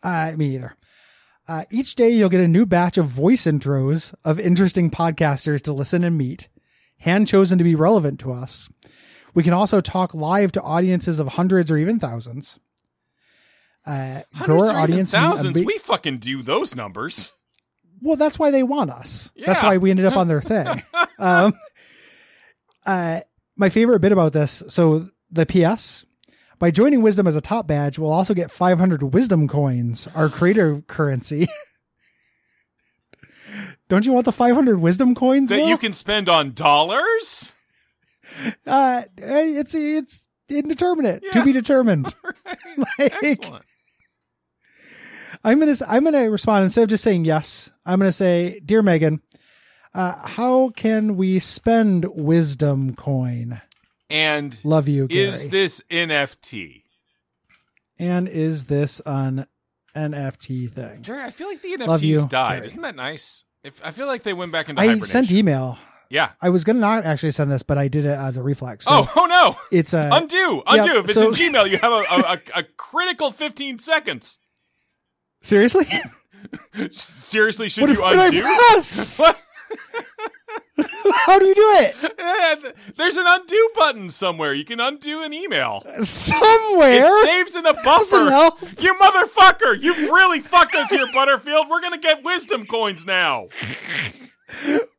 Speaker 2: Uh, me either. Uh, each day, you'll get a new batch of voice intros of interesting podcasters to listen and meet, hand chosen to be relevant to us. We can also talk live to audiences of hundreds or even thousands. Uh, grow
Speaker 1: Hundreds
Speaker 2: our
Speaker 1: or
Speaker 2: audience.
Speaker 1: even
Speaker 2: and meet
Speaker 1: thousands.
Speaker 2: unbe-
Speaker 1: we fucking do those numbers.
Speaker 2: well, that's why they want us. That's
Speaker 1: Yeah.
Speaker 2: why we ended up on their thing.
Speaker 1: (laughs)
Speaker 2: um, uh, my favorite bit about this so the PS. By joining Wisdom as a top badge, we'll also get 500 Wisdom coins, our creator currency. (laughs) Don't you want the 500 Wisdom coins?
Speaker 1: that
Speaker 2: Will?
Speaker 1: you can spend on dollars.
Speaker 2: uh, hey, it's it's indeterminate,
Speaker 1: Yeah.
Speaker 2: to
Speaker 1: (laughs)
Speaker 2: be determined. (laughs) like,
Speaker 1: Excellent.
Speaker 2: I'm gonna I'm gonna respond instead of just saying yes. I'm gonna say, dear Megan, uh, how can we spend wisdom coin?
Speaker 1: And
Speaker 2: Love you, Gary.
Speaker 1: is this NFT?
Speaker 2: and is this an NFT thing?
Speaker 1: Gary, I feel like the
Speaker 2: Love
Speaker 1: NFTs
Speaker 2: you,
Speaker 1: died.
Speaker 2: Gary.
Speaker 1: Isn't that nice? If, I feel like they went back into
Speaker 2: I
Speaker 1: hibernation.
Speaker 2: sent email.
Speaker 1: yeah.
Speaker 2: I was gonna not actually send this, but I did it as a reflex. So
Speaker 1: oh, oh no.
Speaker 2: it's a
Speaker 1: Undo.
Speaker 2: yeah,
Speaker 1: Undo. if it's
Speaker 2: so-
Speaker 1: in Gmail, you have a, a, a, a critical 15 seconds.
Speaker 2: seriously.
Speaker 1: S- Seriously, should
Speaker 2: what
Speaker 1: you
Speaker 2: (laughs) what did I (laughs)
Speaker 1: undo?
Speaker 2: press?
Speaker 1: What?
Speaker 2: How do you do
Speaker 1: (laughs)
Speaker 2: it?
Speaker 1: Eh, th- There's an undo button somewhere. You can undo an email.
Speaker 2: Somewhere.
Speaker 1: It saves in a
Speaker 2: doesn't
Speaker 1: buffer.
Speaker 2: help.
Speaker 1: You motherfucker! You've really fucked us here, Butterfield. We're gonna get wisdom coins now.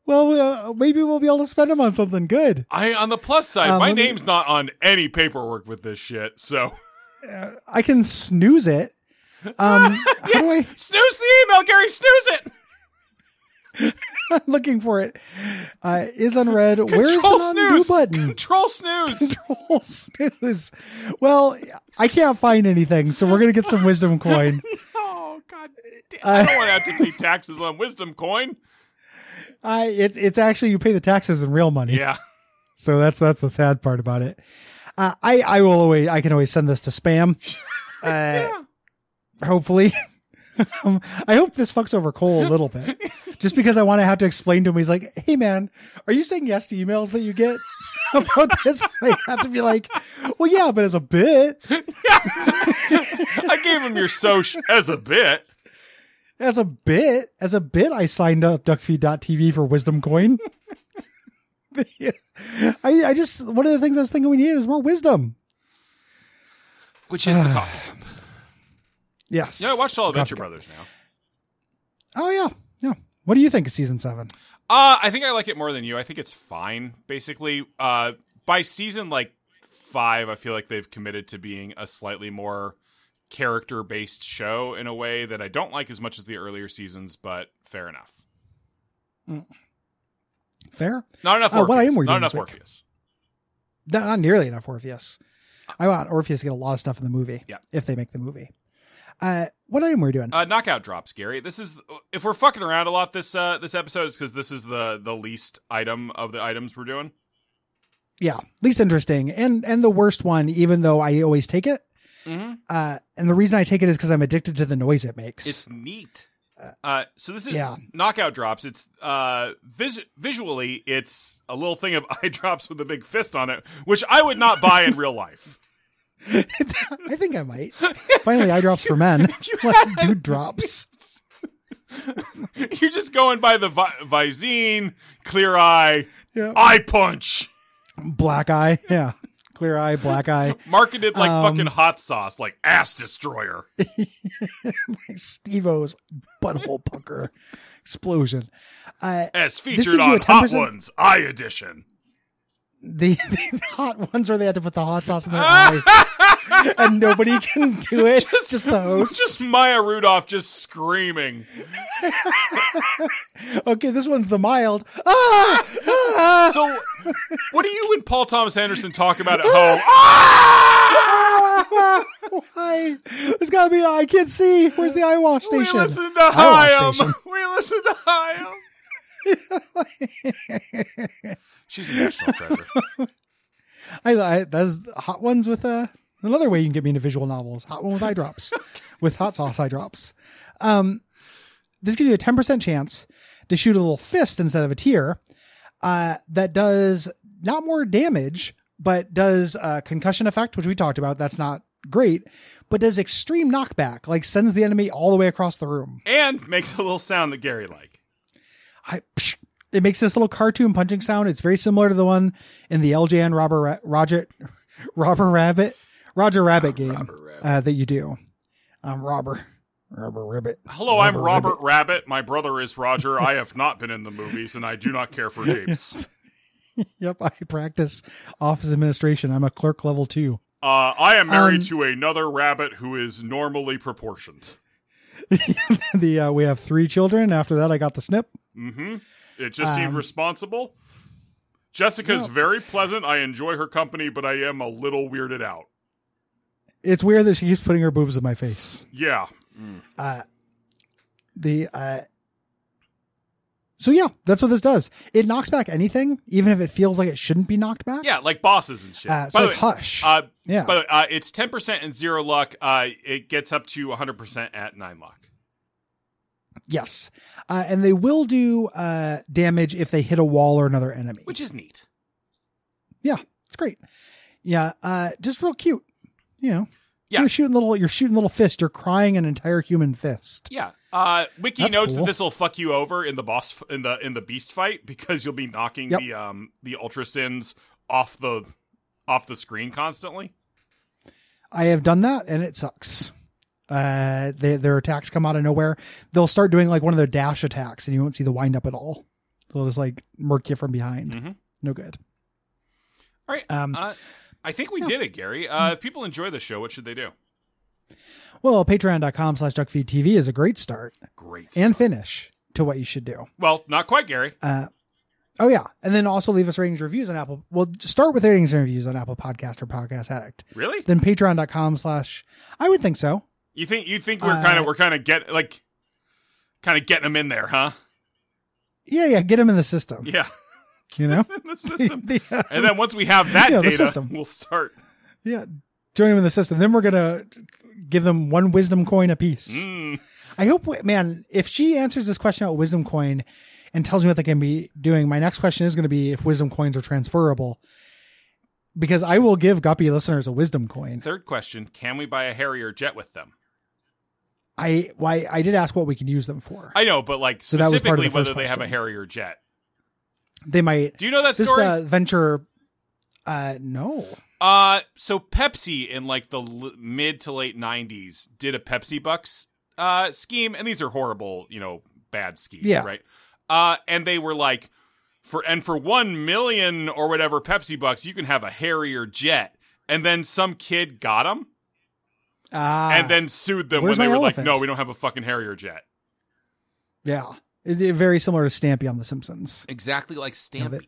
Speaker 2: well, uh, maybe we'll be able to spend them on something good.
Speaker 1: I on the plus side,
Speaker 2: Um,
Speaker 1: my
Speaker 2: let me-
Speaker 1: name's not on any paperwork with this shit. So (laughs)
Speaker 2: I can snooze it.
Speaker 1: (laughs)
Speaker 2: Um, How do I? (laughs)
Speaker 1: snooze the email, Gary. Snooze it.
Speaker 2: I'm looking for it. Uh, is unread. Where's
Speaker 1: Control
Speaker 2: the undo
Speaker 1: snooze.
Speaker 2: button?
Speaker 1: Control
Speaker 2: (laughs)
Speaker 1: snooze.
Speaker 2: Control snooze. Well, I can't find anything, so we're gonna get some
Speaker 1: (laughs)
Speaker 2: wisdom coin. Uh,
Speaker 1: oh god! damn. I don't want to have to pay taxes on wisdom coin.
Speaker 2: I it, it's actually you pay the taxes in real money.
Speaker 1: Yeah. (laughs)
Speaker 2: So that's that's the sad part about it. Uh, I I will always I can always send this to spam. Uh, Hopefully, (laughs) um, I hope this fucks over Cole a little bit, just because I want to have to explain to him. He's like, "Hey man, are you saying yes to emails that you get (laughs) about this?" (laughs) I have to be like, "Well, yeah, but as a bit,
Speaker 1: I gave him your soch as a bit.
Speaker 2: as a bit, as a bit, I signed up duckfeed.tv for Wisdom Coin." (laughs) I I just one of the things I was thinking we needed is more wisdom.
Speaker 1: Which is the
Speaker 2: (sighs)
Speaker 1: coffee. cup.
Speaker 2: Yes.
Speaker 1: Yeah, I watched all of Venture
Speaker 2: Kafka.
Speaker 1: Brothers now.
Speaker 2: Oh yeah, yeah. What do you think of season seven?
Speaker 1: Uh, I think I like it more than you. I think it's fine, basically. Uh, by season like five, I feel like they've committed to being a slightly more character based show in a way that I don't like as much as the earlier seasons, but fair enough.
Speaker 2: Fair?
Speaker 1: Not enough
Speaker 2: Uh,
Speaker 1: Orpheus.
Speaker 2: what I am reading
Speaker 1: Not enough
Speaker 2: this week.
Speaker 1: Orpheus.
Speaker 2: Not, not nearly enough Orpheus. I want Orpheus to get a lot of stuff in the movie.
Speaker 1: Yeah.
Speaker 2: If they make the movie. Uh, what item were we doing?
Speaker 1: Uh, knockout drops, Gary. This is if we're fucking around a lot this uh, this episode, it's because this is the the least item of the items we're doing.
Speaker 2: yeah, least interesting and and the worst one. Even though I always take it,
Speaker 1: Mm-hmm.
Speaker 2: uh, and the reason I take it is because I'm addicted to the noise it makes. (laughs)
Speaker 1: It's neat. Uh, so this is
Speaker 2: yeah.
Speaker 1: knockout drops. It's uh, vis- visually, it's a little thing of (laughs) eye drops with a big fist on it, which I would not buy in real
Speaker 2: (laughs)
Speaker 1: life.
Speaker 2: I think I might. Finally, eye drops
Speaker 1: (laughs)
Speaker 2: for men. Like, Dude drops.
Speaker 1: You're just going by the vi- Visine, Clear Eye,
Speaker 2: Yeah.
Speaker 1: Eye Punch,
Speaker 2: Black eye. Yeah. Clear eye. Black
Speaker 1: (laughs)
Speaker 2: eye.
Speaker 1: marketed like
Speaker 2: Um,
Speaker 1: fucking hot sauce, like Ass
Speaker 2: (laughs)
Speaker 1: Destroyer.
Speaker 2: Stevo's butthole pucker explosion. Uh,
Speaker 1: As
Speaker 2: gives
Speaker 1: featured
Speaker 2: you a
Speaker 1: on Hot
Speaker 2: 10%
Speaker 1: Ones Eye Edition.
Speaker 2: the, (laughs) the hot ones where they had to put the hot sauce
Speaker 1: (laughs)
Speaker 2: in their eyes and nobody can do it just, the host
Speaker 1: Just Maya Rudolph just
Speaker 2: (laughs)
Speaker 1: screaming.
Speaker 2: okay this one's the mild ah, ah,
Speaker 1: So, what do you and Paul Thomas Anderson talk about
Speaker 2: (laughs)
Speaker 1: at home? Ah!
Speaker 2: ah, why there's gotta be i can't see where's the eye wash
Speaker 1: We
Speaker 2: station
Speaker 1: listen to
Speaker 2: Eye
Speaker 1: (laughs)
Speaker 2: wash
Speaker 1: Hyam. We listen to Hyam.
Speaker 2: (laughs)
Speaker 1: She's a national treasure.
Speaker 2: I, I that's hot ones with uh another way you can get me into visual novels hot one with eye drops with hot sauce eye drops um this gives you a 10% chance to shoot a little fist instead of a tear uh that does not more damage but does uh concussion effect which we talked about that's not great but does extreme knockback like sends the enemy all the way across the room
Speaker 1: And makes a little sound that Gary like.
Speaker 2: I, psh, it makes this little cartoon punching sound. It's very similar to the one in the LJN Robert Ra- Roger (laughs) Robert Rabbit Roger Rabbit game Uh, that you do. Um, robber Robber Rabbit.
Speaker 1: Hello, I'm Robert Rabbit. My brother is Roger. I have not been in the movies, and I do not care for japes.
Speaker 2: (laughs) Yep, I practice office administration. I'm a clerk level two. (laughs)
Speaker 1: Uh, I am married
Speaker 2: Um,
Speaker 1: to another rabbit who is normally proportioned.
Speaker 2: the uh, we have three children. After that, I got the snip.
Speaker 1: Mm-hmm. It just seemed
Speaker 2: Um,
Speaker 1: responsible. Jessica's
Speaker 2: no.
Speaker 1: very pleasant. I enjoy her company, but I am a little weirded out.
Speaker 2: It's weird that she keeps putting her boobs in my face.
Speaker 1: Yeah.
Speaker 2: uh the uh so yeah that's what this does it knocks back anything even if it feels like it shouldn't be knocked back
Speaker 1: Yeah, like bosses and shit.
Speaker 2: uh,
Speaker 1: By
Speaker 2: so
Speaker 1: the
Speaker 2: like
Speaker 1: way,
Speaker 2: hush
Speaker 1: uh,
Speaker 2: yeah
Speaker 1: But uh, it's ten percent and zero luck. Uh, it gets up to one hundred percent at nine luck.
Speaker 2: yes uh and they will do uh damage if they hit a wall or another enemy
Speaker 1: which is neat.
Speaker 2: yeah it's great yeah uh just real cute you know
Speaker 1: Yeah.
Speaker 2: you're shooting little you're shooting little fist you're crying an entire human fist
Speaker 1: Yeah, Uh, Wiki
Speaker 2: That's
Speaker 1: notes
Speaker 2: cool.
Speaker 1: that this will fuck you over in the boss in the in the beast fight because you'll be knocking
Speaker 2: Yep.
Speaker 1: the um the ultra sins off the off the screen constantly.
Speaker 2: I have done that and it sucks. Uh, they, their attacks come out of nowhere. They'll start doing like one of their dash attacks and you won't see the wind up at all. So it'll just like murk you from behind.
Speaker 1: Mhm.
Speaker 2: No good.
Speaker 1: All right.
Speaker 2: Um,
Speaker 1: Uh, I think we did it, Gary. Uh, if people enjoy the show, what should they do?
Speaker 2: well, patreon.com slash duckfeedtv is a great start
Speaker 1: Great.
Speaker 2: and finish to what you should do.
Speaker 1: well, not quite, Gary.
Speaker 2: Uh, oh yeah. And then also leave us ratings and reviews on Apple. Well, start with ratings and reviews on Apple podcast or podcast addict.
Speaker 1: Really?
Speaker 2: Then patreon.com slash, I would think so.
Speaker 1: You think you think we're
Speaker 2: Uh,
Speaker 1: kind of we're kind of get like kind of getting them in there, huh?
Speaker 2: Yeah. Yeah. Get them in the system,
Speaker 1: Yeah, (laughs)
Speaker 2: you know? (laughs)
Speaker 1: in the system.
Speaker 2: The, uh,
Speaker 1: And then once we have that
Speaker 2: (laughs) Yeah, the
Speaker 1: data,
Speaker 2: system.
Speaker 1: we'll start.
Speaker 2: Yeah, join them in the system. Then we're gonna give them one wisdom coin apiece.
Speaker 1: Mm,
Speaker 2: I hope, man, if she answers this question about wisdom coin and tells me what they can be doing, my next question is going to be if wisdom coins are transferable, because I will give Guppy listeners a wisdom coin.
Speaker 1: third question: Can we buy a Harrier jet with them?
Speaker 2: I why I did ask what we can use them for.
Speaker 1: I know, but like
Speaker 2: So that was part of
Speaker 1: specifically
Speaker 2: the
Speaker 1: whether
Speaker 2: first
Speaker 1: they have a
Speaker 2: question.
Speaker 1: Harrier jet.
Speaker 2: they might
Speaker 1: Do you know that
Speaker 2: this
Speaker 1: story?
Speaker 2: uh, venture. Uh, no.
Speaker 1: Uh, so Pepsi in like the l- mid to late '90s did a Pepsi Bucks uh scheme, and these are horrible, you know, bad schemes,
Speaker 2: Yeah.
Speaker 1: right? Uh, and they were like, for and for one million or whatever Pepsi Bucks, you can have a Harrier jet, and then some kid got them
Speaker 2: Uh,
Speaker 1: and then sued them when
Speaker 2: where's
Speaker 1: they
Speaker 2: my
Speaker 1: were
Speaker 2: elephant?
Speaker 1: like, no, we don't have a fucking Harrier jet.
Speaker 2: yeah, it's uh, very similar to Stampy on The Simpsons.
Speaker 1: Exactly like
Speaker 2: Have it.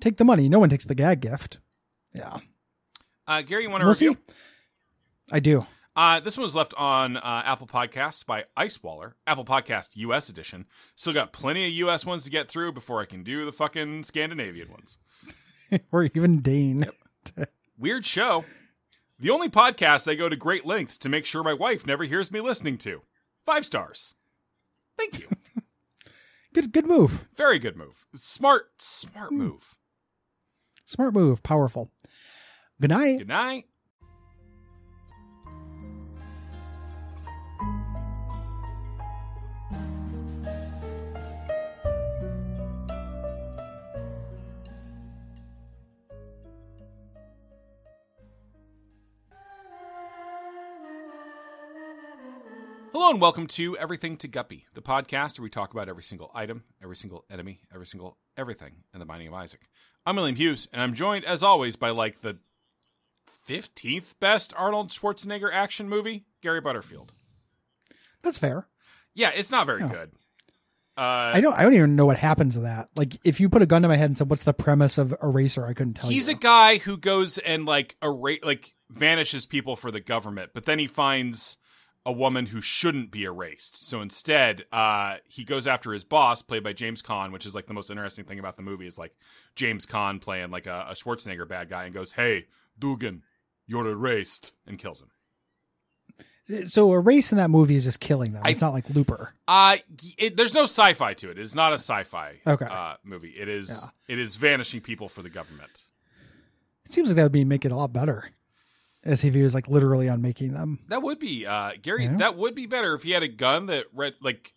Speaker 2: Take the money. No one takes the gag gift. Yeah,
Speaker 1: Uh, Gary, you want to
Speaker 2: we'll
Speaker 1: review?
Speaker 2: see. I do. (laughs)
Speaker 1: Uh, this one was left on uh, Apple Podcasts by Icewaller, Apple Podcast US edition. Still got plenty of US ones to get through before I can do the fucking Scandinavian ones.
Speaker 2: or even Dane.
Speaker 1: Weird show. The only podcast I go to great lengths to make sure my wife never hears me listening to. Five stars. Thank you.
Speaker 2: (laughs) Good, good move.
Speaker 1: Very good move. Smart, smart
Speaker 2: Hmm.
Speaker 1: move.
Speaker 2: Smart move. Powerful. Good night.
Speaker 1: Good night. Hello and welcome to Everything to Guppy, the podcast where we talk about every single item, every single enemy, every single everything in the mining of Isaac. I'm William Hughes, and I'm joined, as always, by like the 15th best Arnold Schwarzenegger action movie, Gary Butterfield.
Speaker 2: That's fair.
Speaker 1: Yeah, it's not very good. Uh,
Speaker 2: I don't. I don't even know what happens to that. Like, if you put a gun to my head and said, "What's the premise of Eraser?" I couldn't tell
Speaker 1: he's
Speaker 2: you.
Speaker 1: a guy who goes and like erase, like vanishes people for the government, but then he finds a woman who shouldn't be erased. So instead, uh, he goes after his boss, played by James Caan, which is like the most interesting thing about the movie is like James Caan playing like a, a Schwarzenegger bad guy and goes, "Hey, Dugan, you're erased," and kills him.
Speaker 2: so erase in that movie is just killing them.
Speaker 1: I-
Speaker 2: it's not like Looper.
Speaker 1: Uh, it, there's no sci-fi to it. It's not a sci-fi
Speaker 2: Okay.
Speaker 1: uh, movie. It is it is vanishing people for the government.
Speaker 2: It seems like that would be make it a lot better, as if he was like literally on making them.
Speaker 1: That would be uh, Gary.
Speaker 2: Yeah.
Speaker 1: That would be better if he had a gun that read like.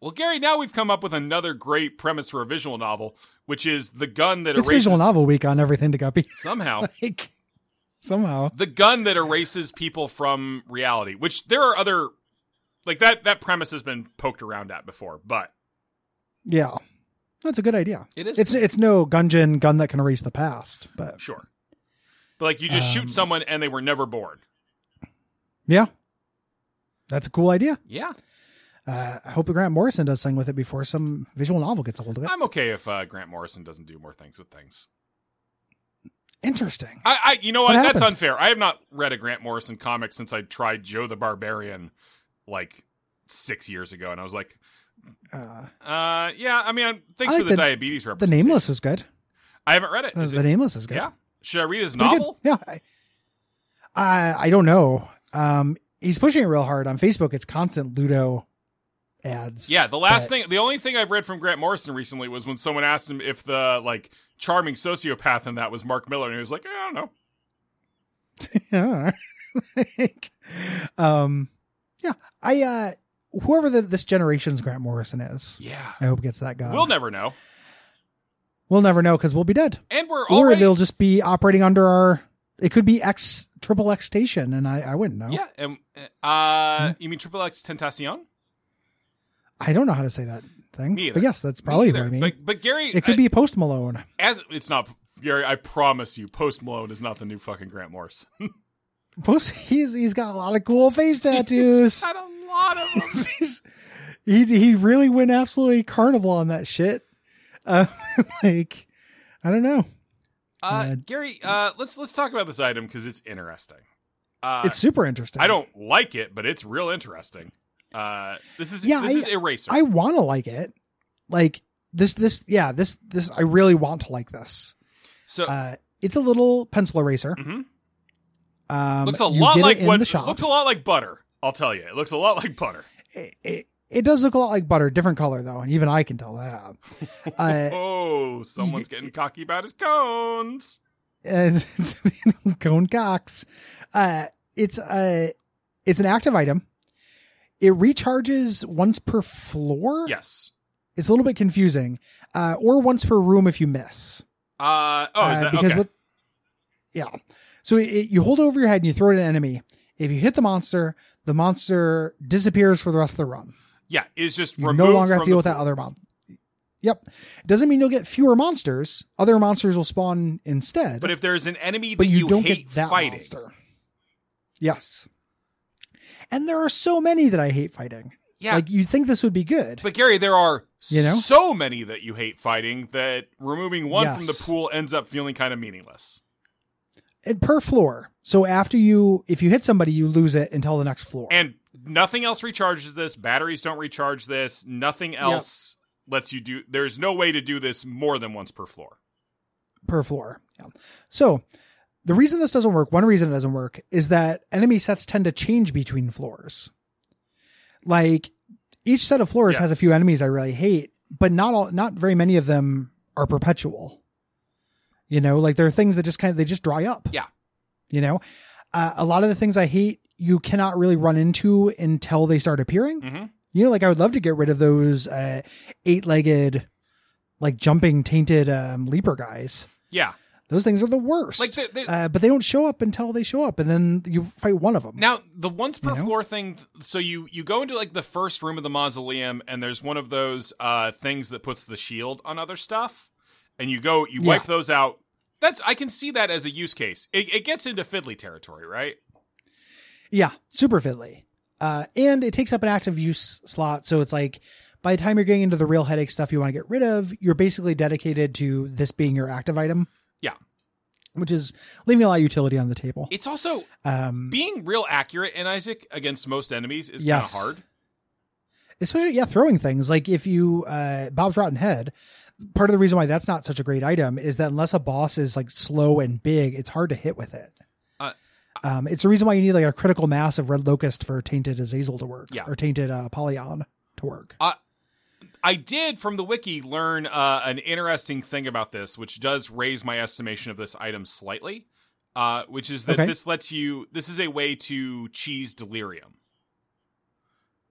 Speaker 1: Well, Gary, now we've come up with another great premise for a visual novel, which is the gun that
Speaker 2: It's
Speaker 1: erases
Speaker 2: visual novel week on everything to Guppy.
Speaker 1: somehow
Speaker 2: (laughs) like somehow,
Speaker 1: the gun that erases people from reality. Which there are other like that that premise has been poked around at before, but
Speaker 2: yeah, that's a good idea.
Speaker 1: it is
Speaker 2: It's it's no Gungeon gun that can erase the past, but
Speaker 1: sure. But like you just
Speaker 2: Um,
Speaker 1: shoot someone and they were never born.
Speaker 2: yeah, that's a cool idea.
Speaker 1: Yeah,
Speaker 2: Uh, I hope Grant Morrison does something with it before some visual novel gets a hold of it.
Speaker 1: I'm okay if uh, Grant Morrison doesn't do more things with things.
Speaker 2: Interesting.
Speaker 1: I, I you know what?
Speaker 2: What
Speaker 1: That's
Speaker 2: happened?
Speaker 1: unfair. I have not read a Grant Morrison comic since I tried Joe the Barbarian like six years ago, and I was like,
Speaker 2: Uh,
Speaker 1: uh, yeah. I mean, I'm- thanks
Speaker 2: I
Speaker 1: for the,
Speaker 2: like the-
Speaker 1: diabetes
Speaker 2: the
Speaker 1: representation.
Speaker 2: Nameless was good.
Speaker 1: I haven't read it.
Speaker 2: The,
Speaker 1: Is
Speaker 2: the
Speaker 1: it
Speaker 2: Nameless is good.
Speaker 1: yeah. Should I read his
Speaker 2: Pretty good.
Speaker 1: novel?
Speaker 2: Yeah. I, I I don't know. Um, he's pushing it real hard on Facebook. It's constant Ludo ads.
Speaker 1: Yeah. The last
Speaker 2: But-
Speaker 1: thing, the only thing I've read from Grant Morrison recently was when someone asked him if the like charming sociopath in that was Mark Miller, and he was like, "Eh, I don't know.
Speaker 2: (laughs) Yeah. like, um, yeah. I uh, whoever the, this generation's Grant Morrison is.
Speaker 1: Yeah.
Speaker 2: I hope gets that guy.
Speaker 1: We'll never know.
Speaker 2: We'll never know because we'll be dead,
Speaker 1: And we're
Speaker 2: or
Speaker 1: already
Speaker 2: they'll just be operating under our. It could be X triple X station, and I I wouldn't know.
Speaker 1: Yeah, and uh
Speaker 2: Mm-hmm.
Speaker 1: you mean Triple X Tentacion?
Speaker 2: I don't know how to say that thing.
Speaker 1: Me either.
Speaker 2: But yes, that's probably what
Speaker 1: Either.
Speaker 2: I mean.
Speaker 1: But but Gary
Speaker 2: it could be Post Malone.
Speaker 1: as it's not Gary, I promise you, Post Malone is not the new fucking Grant
Speaker 2: (laughs)
Speaker 1: Morrison.
Speaker 2: Post (laughs) he's he's got a lot of cool
Speaker 1: (laughs)
Speaker 2: face tattoos. (laughs)
Speaker 1: Had a lot of them.
Speaker 2: He's- he he really went absolutely carnival on that shit. Uh, (laughs) like I don't know.
Speaker 1: Uh, Gary, uh, let's let's talk about this item because it's interesting. Uh,
Speaker 2: It's super interesting.
Speaker 1: I don't like it, but it's real interesting. Uh, this is
Speaker 2: Yeah,
Speaker 1: this
Speaker 2: I-
Speaker 1: is eraser.
Speaker 2: I want to like it. Like this this yeah, this this I really want to like this.
Speaker 1: so
Speaker 2: Uh it's a little pencil eraser.
Speaker 1: Mhm.
Speaker 2: Um
Speaker 1: Mm-hmm. looks a
Speaker 2: you
Speaker 1: lot
Speaker 2: get it
Speaker 1: like
Speaker 2: in
Speaker 1: what
Speaker 2: the shop.
Speaker 1: looks a lot like butter. I'll tell you, it looks a lot like butter. (laughs)
Speaker 2: it, it, it does look a lot like butter, different color though, and even I can
Speaker 1: (laughs)
Speaker 2: tell that. Uh,
Speaker 1: oh, someone's getting cocky about his cones.
Speaker 2: as (laughs) it's Cone Cox. Uh, it's a it's an active item. It recharges once per floor.
Speaker 1: Yes.
Speaker 2: it's a little bit confusing, uh, or once per room if you miss.
Speaker 1: Uh, oh, is
Speaker 2: Uh,
Speaker 1: that
Speaker 2: because
Speaker 1: okay?
Speaker 2: with yeah, so it, it- you hold it over your head and you throw it at an enemy. If you hit the monster, the monster disappears for the rest of the run.
Speaker 1: yeah, it's just
Speaker 2: You
Speaker 1: removed
Speaker 2: no longer have
Speaker 1: from
Speaker 2: to deal
Speaker 1: the
Speaker 2: with that
Speaker 1: pool.
Speaker 2: other mon. Yep, doesn't mean you'll get fewer monsters. Other monsters will spawn instead.
Speaker 1: But if there's an enemy that
Speaker 2: but you, don't
Speaker 1: hate
Speaker 2: get that
Speaker 1: fighting,
Speaker 2: monster. Yes. And there are so many that I hate fighting.
Speaker 1: yeah.
Speaker 2: Like you think this would be good.
Speaker 1: but Gary, there are
Speaker 2: You know?
Speaker 1: so many that you hate fighting that removing one from the
Speaker 2: Yes.
Speaker 1: pool ends up feeling kind of meaningless.
Speaker 2: and per floor. So after you if you hit somebody you lose it until the next floor.
Speaker 1: And nothing else recharges this. Batteries don't recharge this. Nothing else lets you do. There's no way to do this more than once per floor.
Speaker 2: per floor. Yeah. So the reason this doesn't work, one reason it doesn't work is that enemy sets tend to change between floors. Like each set of floors has a
Speaker 1: Yes.
Speaker 2: few enemies I really hate, but not all not very many of them are perpetual. You know, like there are things that just kind of they just dry up.
Speaker 1: Yeah.
Speaker 2: You know, uh, a lot of the things I hate you cannot really run into until they start appearing.
Speaker 1: Mm-hmm.
Speaker 2: You know, like I would love to get rid of those uh, eight-legged, like jumping tainted um, leaper guys.
Speaker 1: Yeah.
Speaker 2: Those things are the worst.
Speaker 1: Like, they- they-
Speaker 2: uh, but they don't show up until they show up, and then you fight one of them.
Speaker 1: Now the once per
Speaker 2: You know?
Speaker 1: floor thing. So you you go into like the first room of the mausoleum, and there's one of those uh things that puts the shield on other stuff, and you go you wipe
Speaker 2: Yeah.
Speaker 1: those out. That's I can see that as a use case. It, it gets into fiddly territory, right?
Speaker 2: yeah, super fiddly. Uh, and it takes up an active use slot, so it's like by the time you're getting into the real headache stuff you want to get rid of, you're basically dedicated to this being your active item.
Speaker 1: Yeah.
Speaker 2: which is leaving a lot of utility on the table.
Speaker 1: It's also
Speaker 2: Um,
Speaker 1: being real accurate in Isaac against most enemies is
Speaker 2: Yes.
Speaker 1: kind of hard.
Speaker 2: especially yeah throwing things like if you uh bob's rotten head part of the reason why that's not such a great item is that unless a boss is like slow and big it's hard to hit with it
Speaker 1: Uh,
Speaker 2: um it's the reason why you need like a critical mass of red locust for tainted azazel to work
Speaker 1: Yeah.
Speaker 2: or tainted uh, polyon to work
Speaker 1: I did from the wiki learn uh, an interesting thing about this, which does raise my estimation of this item slightly. Uh, which is that
Speaker 2: Okay.
Speaker 1: this lets you. This is a way to cheese delirium.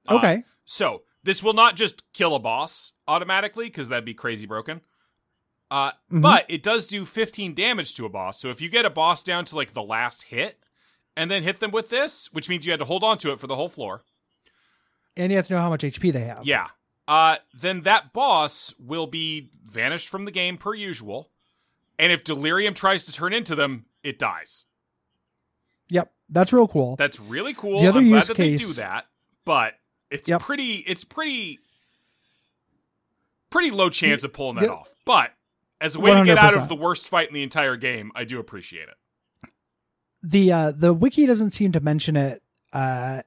Speaker 1: Uh,
Speaker 2: okay
Speaker 1: So this will not just kill a boss automatically because that'd be crazy broken. Uh,
Speaker 2: Mhm.
Speaker 1: But it does do 15 damage to a boss. So if you get a boss down to like the last hit and then hit them with this, which means you had to hold on to it for the whole floor.
Speaker 2: and you have to know how much hp they have
Speaker 1: Yeah. Uh, then that boss will be vanished from the game per usual. And if Delirium tries to turn into them, it dies.
Speaker 2: yep that's real cool
Speaker 1: That's really cool.
Speaker 2: The other
Speaker 1: I'm glad
Speaker 2: use
Speaker 1: that they do
Speaker 2: case-
Speaker 1: that, but it's
Speaker 2: Yep.
Speaker 1: pretty it's pretty pretty low chance of pulling that
Speaker 2: the-
Speaker 1: off. But as a way to get out of
Speaker 2: 100%.
Speaker 1: the worst fight in the entire game, I do appreciate it.
Speaker 2: the uh the wiki doesn't seem to mention it uh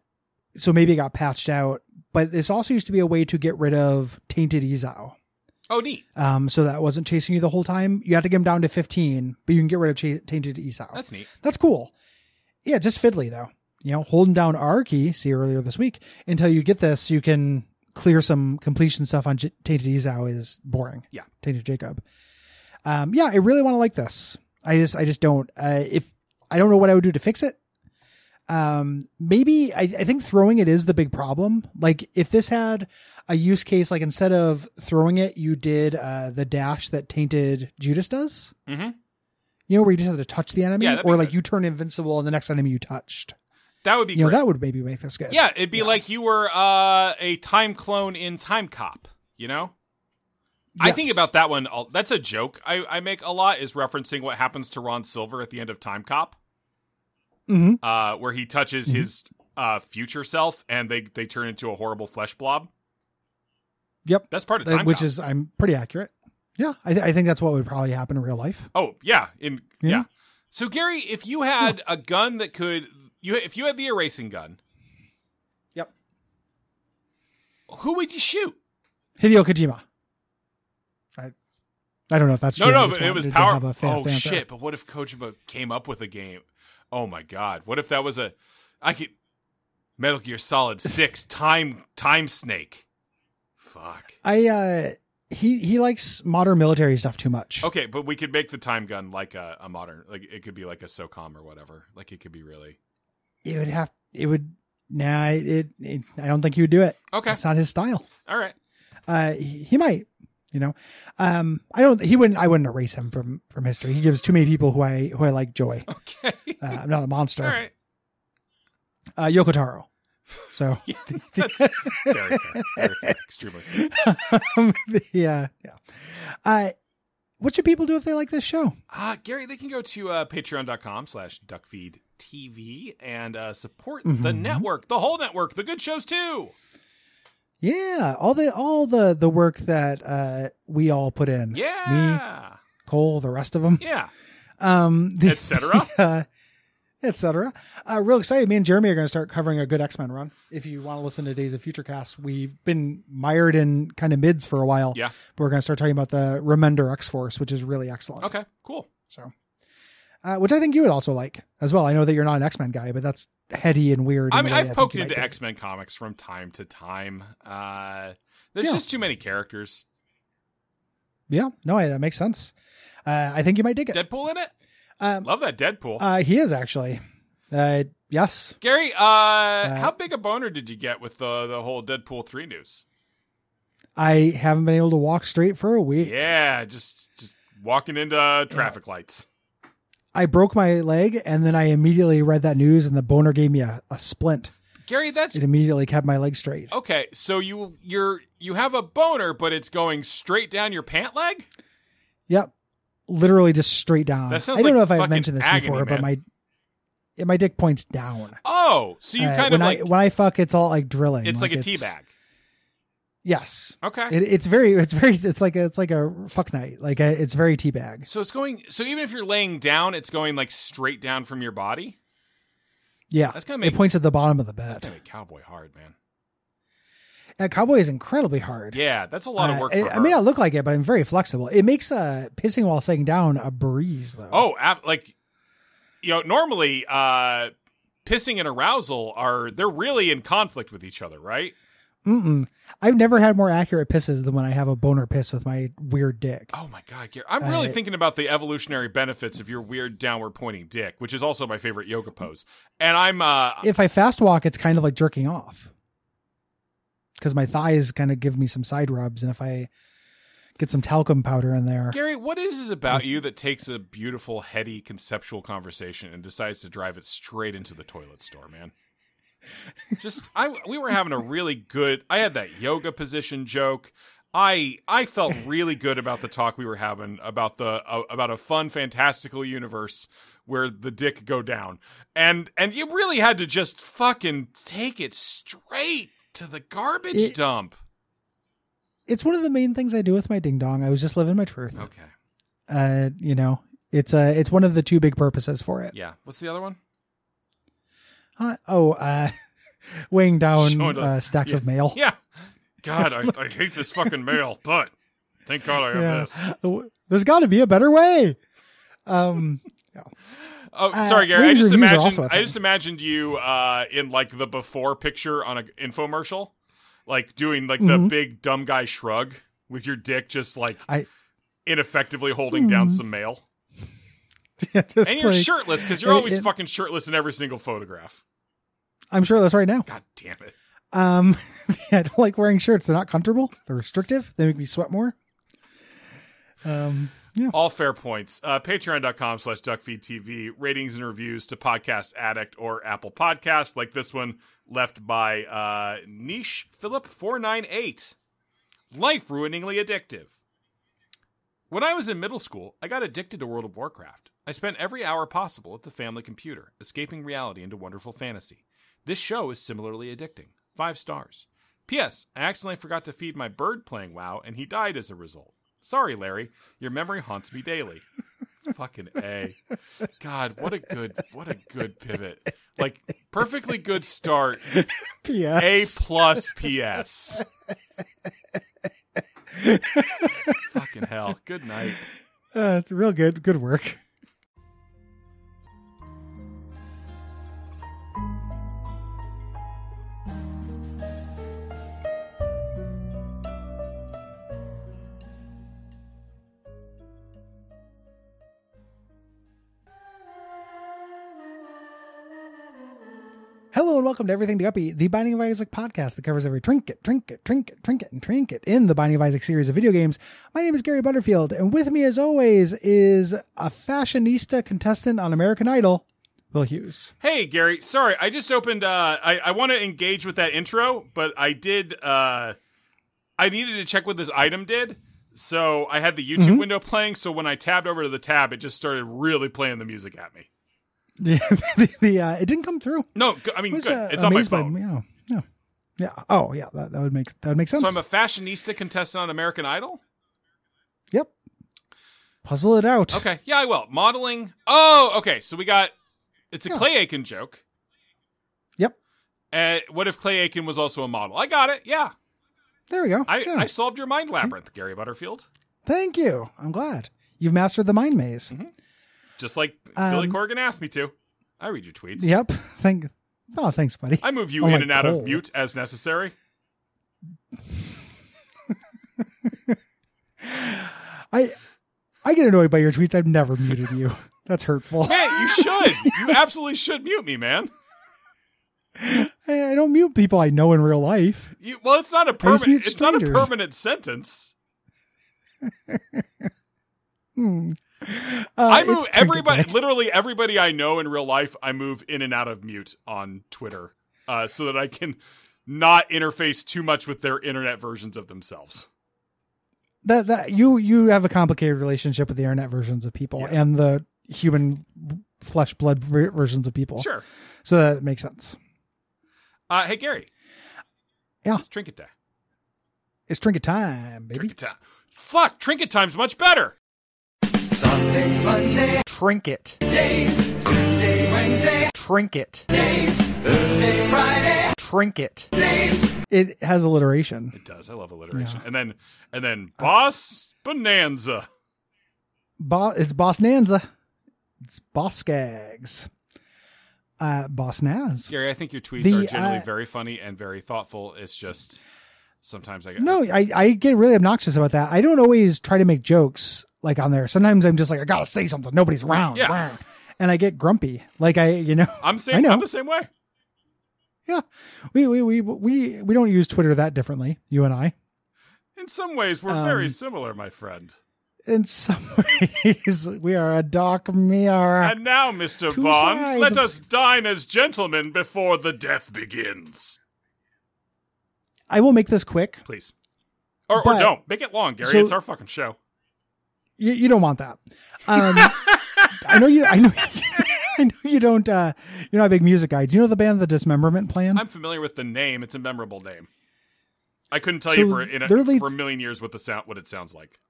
Speaker 2: so maybe it got patched out but this also used to be a way to get rid of tainted Ezao.
Speaker 1: Oh neat.
Speaker 2: Um, so that wasn't chasing you the whole time. You had to get him down to 15, but you can get rid of cha- Tainted Esau. That's,
Speaker 1: That's neat.
Speaker 2: cool. Yeah, just fiddly though. You know, holding down R key, see earlier this week, until you get this, you can clear some completion stuff on J- Tainted Esau is boring.
Speaker 1: Yeah.
Speaker 2: Tainted Jacob. Um, yeah, I really want to like this. I just, I just don't, uh, if I don't know what I would do to fix it. um maybe I, I think throwing it is the big problem like if this had a use case like instead of throwing it you did uh the dash that tainted judas does
Speaker 1: hmm
Speaker 2: you know where you just have to touch the enemy
Speaker 1: Yeah, that'd be
Speaker 2: or like
Speaker 1: good.
Speaker 2: you turn invincible and the next enemy you touched
Speaker 1: That would be
Speaker 2: you know
Speaker 1: great.
Speaker 2: that would maybe make this good
Speaker 1: yeah, it'd be like you were uh, a time clone in Time Cop. You know, I think
Speaker 2: Yes.
Speaker 1: about that one. all- That's a joke I, I make a lot is referencing what happens to Ron Silver at the end of Time Cop,
Speaker 2: Mhm.
Speaker 1: uh, where he touches
Speaker 2: Mhm.
Speaker 1: his uh, future self and they they turn into a horrible flesh blob.
Speaker 2: Yep.
Speaker 1: that's part of
Speaker 2: Uh,
Speaker 1: Time
Speaker 2: which
Speaker 1: Cop.
Speaker 2: is i'm pretty accurate yeah I, th- I think that's what would probably happen in real life
Speaker 1: Oh yeah, in yeah.
Speaker 2: Yeah.
Speaker 1: So Gary, if you had a gun that could you if you had the erasing gun,
Speaker 2: Yep.
Speaker 1: Who would you shoot?
Speaker 2: hideo kojima i i don't know if that's
Speaker 1: No,
Speaker 2: true. I
Speaker 1: no,
Speaker 2: just
Speaker 1: but it was
Speaker 2: wanted to
Speaker 1: power.
Speaker 2: have a fast
Speaker 1: Oh
Speaker 2: answer.
Speaker 1: shit! But what if Kojima came up with a game? Oh my god! What if that was a? I could Metal Gear Solid Six (laughs) time time snake. Fuck.
Speaker 2: i uh he he likes modern military stuff too much
Speaker 1: Okay, but we could make the time gun like a, a modern, like it could be like a SOCOM or whatever. Like it could be really
Speaker 2: it would have it would nah it, it, it- i don't think he would do it
Speaker 1: okay.
Speaker 2: it's not his style
Speaker 1: All right. (laughs)
Speaker 2: uh he, he might you know um i don't he wouldn't i wouldn't erase him from from history he gives too many people who i who i like joy
Speaker 1: Okay.
Speaker 2: uh, i'm not a monster
Speaker 1: All right.
Speaker 2: uh yoko taro so (laughs)
Speaker 1: Yeah, (laughs) that's very fair. Very (laughs) fair. Extremely fair.
Speaker 2: um, yeah yeah uh what should people do if they like this show
Speaker 1: Uh, Gary, they can go to uh, patreon.com slash duckfeedtv and uh, support the
Speaker 2: Mhm.
Speaker 1: network, the whole network, the good shows too.
Speaker 2: yeah all the all the the work that uh we all put in
Speaker 1: Yeah.
Speaker 2: cole the rest of them (laughs)
Speaker 1: Yeah.
Speaker 2: um the,
Speaker 1: Etc.
Speaker 2: (laughs) uh, etc. Uh, real excited. Me and Jeremy are going to start covering a good X Men run. If you want to listen to Days of Future Cast, we've been mired in kind of mids for a while.
Speaker 1: Yeah.
Speaker 2: but we're going to start talking about the Remender X Force, which is really excellent.
Speaker 1: Okay, cool.
Speaker 2: so. Uh, which I think you would also like as well. I know that you're not an X Men guy, but that's heady and weird. in
Speaker 1: I
Speaker 2: a
Speaker 1: mean,
Speaker 2: way
Speaker 1: I've
Speaker 2: think
Speaker 1: poked
Speaker 2: you might
Speaker 1: into
Speaker 2: dig.
Speaker 1: X Men comics from time to time. Uh, there's
Speaker 2: Yeah.
Speaker 1: just too many characters.
Speaker 2: Yeah, no, I, that makes sense. Uh, I think you might dig it.
Speaker 1: Deadpool in it?
Speaker 2: Um,
Speaker 1: Love that Deadpool.
Speaker 2: uh, he is actually. Uh, yes,
Speaker 1: Gary, uh, how big a boner did you get with the, the whole Deadpool 3 news?
Speaker 2: I haven't been able to walk straight for a week.
Speaker 1: Yeah, just just walking into uh, traffic lights.
Speaker 2: I broke my leg and then I immediately read that news and the boner gave me a, a splint.
Speaker 1: Gary, that's
Speaker 2: It immediately kept my leg straight.
Speaker 1: (laughs) Okay, so you you're you have a boner, but it's going straight down your pant leg.
Speaker 2: Yep. Literally just straight down.
Speaker 1: That sounds
Speaker 2: I don't
Speaker 1: like
Speaker 2: know if I've
Speaker 1: fucking
Speaker 2: mentioned this
Speaker 1: agony,
Speaker 2: before, but my yeah, my dick points down.
Speaker 1: Oh, so you
Speaker 2: Uh,
Speaker 1: kind of
Speaker 2: when
Speaker 1: like
Speaker 2: I, when I fuck, it's all like drilling.
Speaker 1: it's like, a tea
Speaker 2: it's-
Speaker 1: bag.
Speaker 2: Yes,
Speaker 1: Okay,
Speaker 2: it, it's very, it's very, it's like a, it's like a fuck night. Like a, it's very tea bag.
Speaker 1: so it's going. So even if you're laying down, it's going like straight down from your body.
Speaker 2: Yeah,
Speaker 1: That's gonna
Speaker 2: it
Speaker 1: make-
Speaker 2: points at the bottom of the
Speaker 1: That's gonna
Speaker 2: bed.
Speaker 1: be cowboy hard, man.
Speaker 2: Uh, Cowboy is incredibly hard.
Speaker 1: Yeah, that's a lot of
Speaker 2: Uh,
Speaker 1: work.
Speaker 2: I,
Speaker 1: for
Speaker 2: I may
Speaker 1: her.
Speaker 2: not look like it, but I'm very flexible. It makes uh, pissing while sitting down a breeze, though.
Speaker 1: oh, ab- like you know, normally uh, pissing and arousal are they're really in conflict with each other, right?
Speaker 2: Mm-mm. I've never had more accurate pisses than when I have a boner piss with my weird dick.
Speaker 1: Oh my god, Gary! I'm really
Speaker 2: Uh,
Speaker 1: thinking about the evolutionary benefits of your weird downward pointing dick, which is also my favorite yoga pose. And I'm uh,
Speaker 2: If I fast walk, it's kind of like jerking off because my thighs kind of give me some side rubs, and if I get some talcum powder in there,
Speaker 1: Gary, what is it about you that takes a beautiful, heady, conceptual conversation and decides to drive it straight into the toilet store, man? Just I we were having a really good I had that yoga position joke. I I felt really good about the talk we were having about the uh, about a fun fantastical universe where the dick go down. And and you really had to just fucking take it straight to the garbage
Speaker 2: It-
Speaker 1: dump.
Speaker 2: it's one of the main things I do with my ding dong. I was just living my truth.
Speaker 1: Okay.
Speaker 2: Uh, you know, it's uh, it's one of the two big purposes for it.
Speaker 1: Yeah. What's the other one?
Speaker 2: Uh, oh, uh, (laughs) weighing down
Speaker 1: Showing up.
Speaker 2: uh, stacks of (laughs) mail.
Speaker 1: Yeah. God, I, I hate this fucking mail, but thank God I have
Speaker 2: Yeah.
Speaker 1: this.
Speaker 2: Uh, W- There's got to be a better way. Um, (laughs)
Speaker 1: Oh,
Speaker 2: Uh,
Speaker 1: sorry, Gary. I
Speaker 2: readers'
Speaker 1: just
Speaker 2: reviews are
Speaker 1: imagined.
Speaker 2: also a
Speaker 1: I
Speaker 2: thing.
Speaker 1: just imagined you uh, in like the before picture on an infomercial, like doing like the
Speaker 2: Mhm.
Speaker 1: big dumb guy shrug with your dick just like
Speaker 2: I-
Speaker 1: ineffectively holding down some mail,
Speaker 2: yeah, just
Speaker 1: and you're
Speaker 2: like-
Speaker 1: shirtless because you're
Speaker 2: it-
Speaker 1: always
Speaker 2: it-
Speaker 1: fucking shirtless in every single photograph.
Speaker 2: I'm shirtless right now.
Speaker 1: God damn it.
Speaker 2: Um, (laughs) I don't like wearing shirts. They're not comfortable. They're restrictive. They make me sweat more. Um, (laughs) yeah.
Speaker 1: All fair points. Uh, Patreon.com slash DuckFeedTV. Ratings and reviews to Podcast Addict or Apple Podcast, like this one left by uh, Niche Philip498. Life ruiningly addictive. When I was in middle school, I got addicted to World of Warcraft. I spent every hour possible at the family computer, escaping reality into wonderful fantasy. This show is similarly addicting. Five stars. P.S. I accidentally forgot to feed my bird playing WoW, and he died as a result. Sorry, Larry. Your memory haunts me daily. Fucking a. God, what a good, what a good pivot. Like perfectly good start. A
Speaker 2: P.S.
Speaker 1: plus P.S. Fucking hell. Good night.
Speaker 2: Uh, it's real good. Good work. Hello and welcome to Everything to Guppy, the Binding of Isaac podcast that covers every trinket, trinket, trinket, trinket, and trinket in the Binding of Isaac series of video games. My name is Gary Butterfield, and with me, as always, is a fashionista contestant on American Idol, Will Hughes. (laughs)
Speaker 1: Hey Gary, sorry, I just opened uh I, I want to engage with that intro, but I did uh I needed to check what this item did. So I had the YouTube
Speaker 2: Mm-hmm.
Speaker 1: window playing, so when I tabbed over to the tab, it just started really playing the music at me.
Speaker 2: the, the, uh, it didn't come through.
Speaker 1: No, g- I mean
Speaker 2: I was,
Speaker 1: good.
Speaker 2: uh,
Speaker 1: it's on my
Speaker 2: amazed by-
Speaker 1: phone.
Speaker 2: Yeah, yeah, yeah. Oh, yeah. That, that would make that would make sense.
Speaker 1: So I'm a fashionista contestant on American Idol?
Speaker 2: yep. Puzzle it out.
Speaker 1: Okay. Yeah, I will. Modeling. Oh, okay. So we got it's a
Speaker 2: Yeah.
Speaker 1: Clay Aiken joke.
Speaker 2: Yep.
Speaker 1: Uh, what if Clay Aiken was also a model? I got it. Yeah.
Speaker 2: There we go.
Speaker 1: I,
Speaker 2: Yeah.
Speaker 1: I solved your mind labyrinth, Gary Butterfield.
Speaker 2: Thank you. I'm glad you've mastered the mind maze.
Speaker 1: Mm-hmm. Just like Billy
Speaker 2: Um,
Speaker 1: Corgan asked me to. I read your tweets.
Speaker 2: Yep. Thank. Oh, thanks, buddy.
Speaker 1: I move you
Speaker 2: Oh,
Speaker 1: in
Speaker 2: like
Speaker 1: and out
Speaker 2: Cole.
Speaker 1: of mute as necessary.
Speaker 2: I I get annoyed by your tweets. I've never muted you. (laughs) That's hurtful.
Speaker 1: Hey, you should. you absolutely should mute me, man.
Speaker 2: I, I don't mute people I know in real life.
Speaker 1: You, well, it's not a
Speaker 2: just mute
Speaker 1: permanent. It's not a
Speaker 2: strangers.
Speaker 1: permanent sentence.
Speaker 2: Hmm. Uh,
Speaker 1: I
Speaker 2: it's
Speaker 1: move
Speaker 2: Trinket
Speaker 1: everybody,
Speaker 2: Day.
Speaker 1: literally everybody I know in real life. I move in and out of mute on Twitter, uh, so that I can not interface too much with their internet versions of themselves.
Speaker 2: That that you you have a complicated relationship with the internet versions of people
Speaker 1: Yeah.
Speaker 2: and the human flesh blood ver- versions of people.
Speaker 1: Sure.
Speaker 2: So that makes sense.
Speaker 1: Uh, hey, Gary.
Speaker 2: Yeah.
Speaker 1: It's trinket day.
Speaker 2: It's trinket time, baby.
Speaker 1: Trinket time. Fuck, trinket time's much better.
Speaker 3: Sunday, Monday,
Speaker 4: Trinket.
Speaker 3: days, Tuesday, Wednesday,
Speaker 4: Trinket.
Speaker 3: days, Thursday, Friday,
Speaker 4: Trinket.
Speaker 3: days.
Speaker 2: It has alliteration.
Speaker 1: It does. I love alliteration. And then and then boss bonanza.
Speaker 2: Bo- it's Boss Nanza. It's Boss Skags. Uh, Boss Naz.
Speaker 1: Gary, I think your tweets
Speaker 2: The,
Speaker 1: are generally
Speaker 2: uh,
Speaker 1: very funny and very thoughtful. It's just sometimes I
Speaker 2: No, I, I get really obnoxious about that. I don't always try to make jokes like on there. Sometimes I'm just like, I gotta say something. Nobody's around.
Speaker 1: Yeah.
Speaker 2: Rah. And I get grumpy. Like I, you know, (laughs)
Speaker 1: I'm
Speaker 2: I
Speaker 1: saying
Speaker 2: know.
Speaker 1: I'm the same way.
Speaker 2: yeah, we, we, we, we, we don't use Twitter that differently. You and I,
Speaker 1: In some ways we're very
Speaker 2: Um,
Speaker 1: similar, my friend.
Speaker 2: in some (laughs) ways, we are a dark mirror.
Speaker 1: And now, Mr.
Speaker 2: uh, two
Speaker 1: Bond,
Speaker 2: sides
Speaker 1: let
Speaker 2: of-
Speaker 1: us dine as gentlemen before the death begins.
Speaker 2: I will make this quick.
Speaker 1: Please. Or, or
Speaker 2: But-
Speaker 1: don't. Make it long, Gary.
Speaker 2: so-
Speaker 1: it's our fucking show.
Speaker 2: you, you don't want that. Um, I know you. I know. (laughs) I know you don't. Uh, you're not a big music guy. Do you know the band The Dismemberment Plan?
Speaker 1: I'm familiar with the name. It's a memorable name. I couldn't tell
Speaker 2: So
Speaker 1: you for in a,
Speaker 2: their leads-
Speaker 1: for a million years what the sound what it sounds like.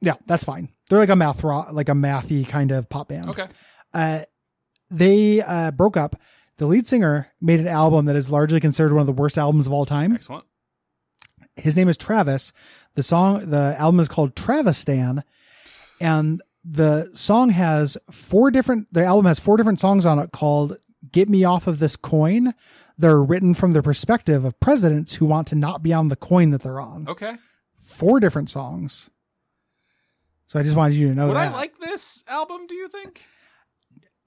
Speaker 2: yeah, that's fine. They're like a math rock, like a mathy kind of pop band.
Speaker 1: Okay.
Speaker 2: Uh, they uh, broke up. The lead singer made an album that is largely considered one of the worst albums of all time.
Speaker 1: Excellent.
Speaker 2: His name is Travis. The song, the album is called Travistan, and the song has four different. The album has four different songs on it called "Get Me Off of This Coin." They're written from the perspective of presidents who want to not be on the coin that they're on.
Speaker 1: Okay.
Speaker 2: Four different songs. So I just wanted you to know
Speaker 1: Would
Speaker 2: that
Speaker 1: I like this album, do you think?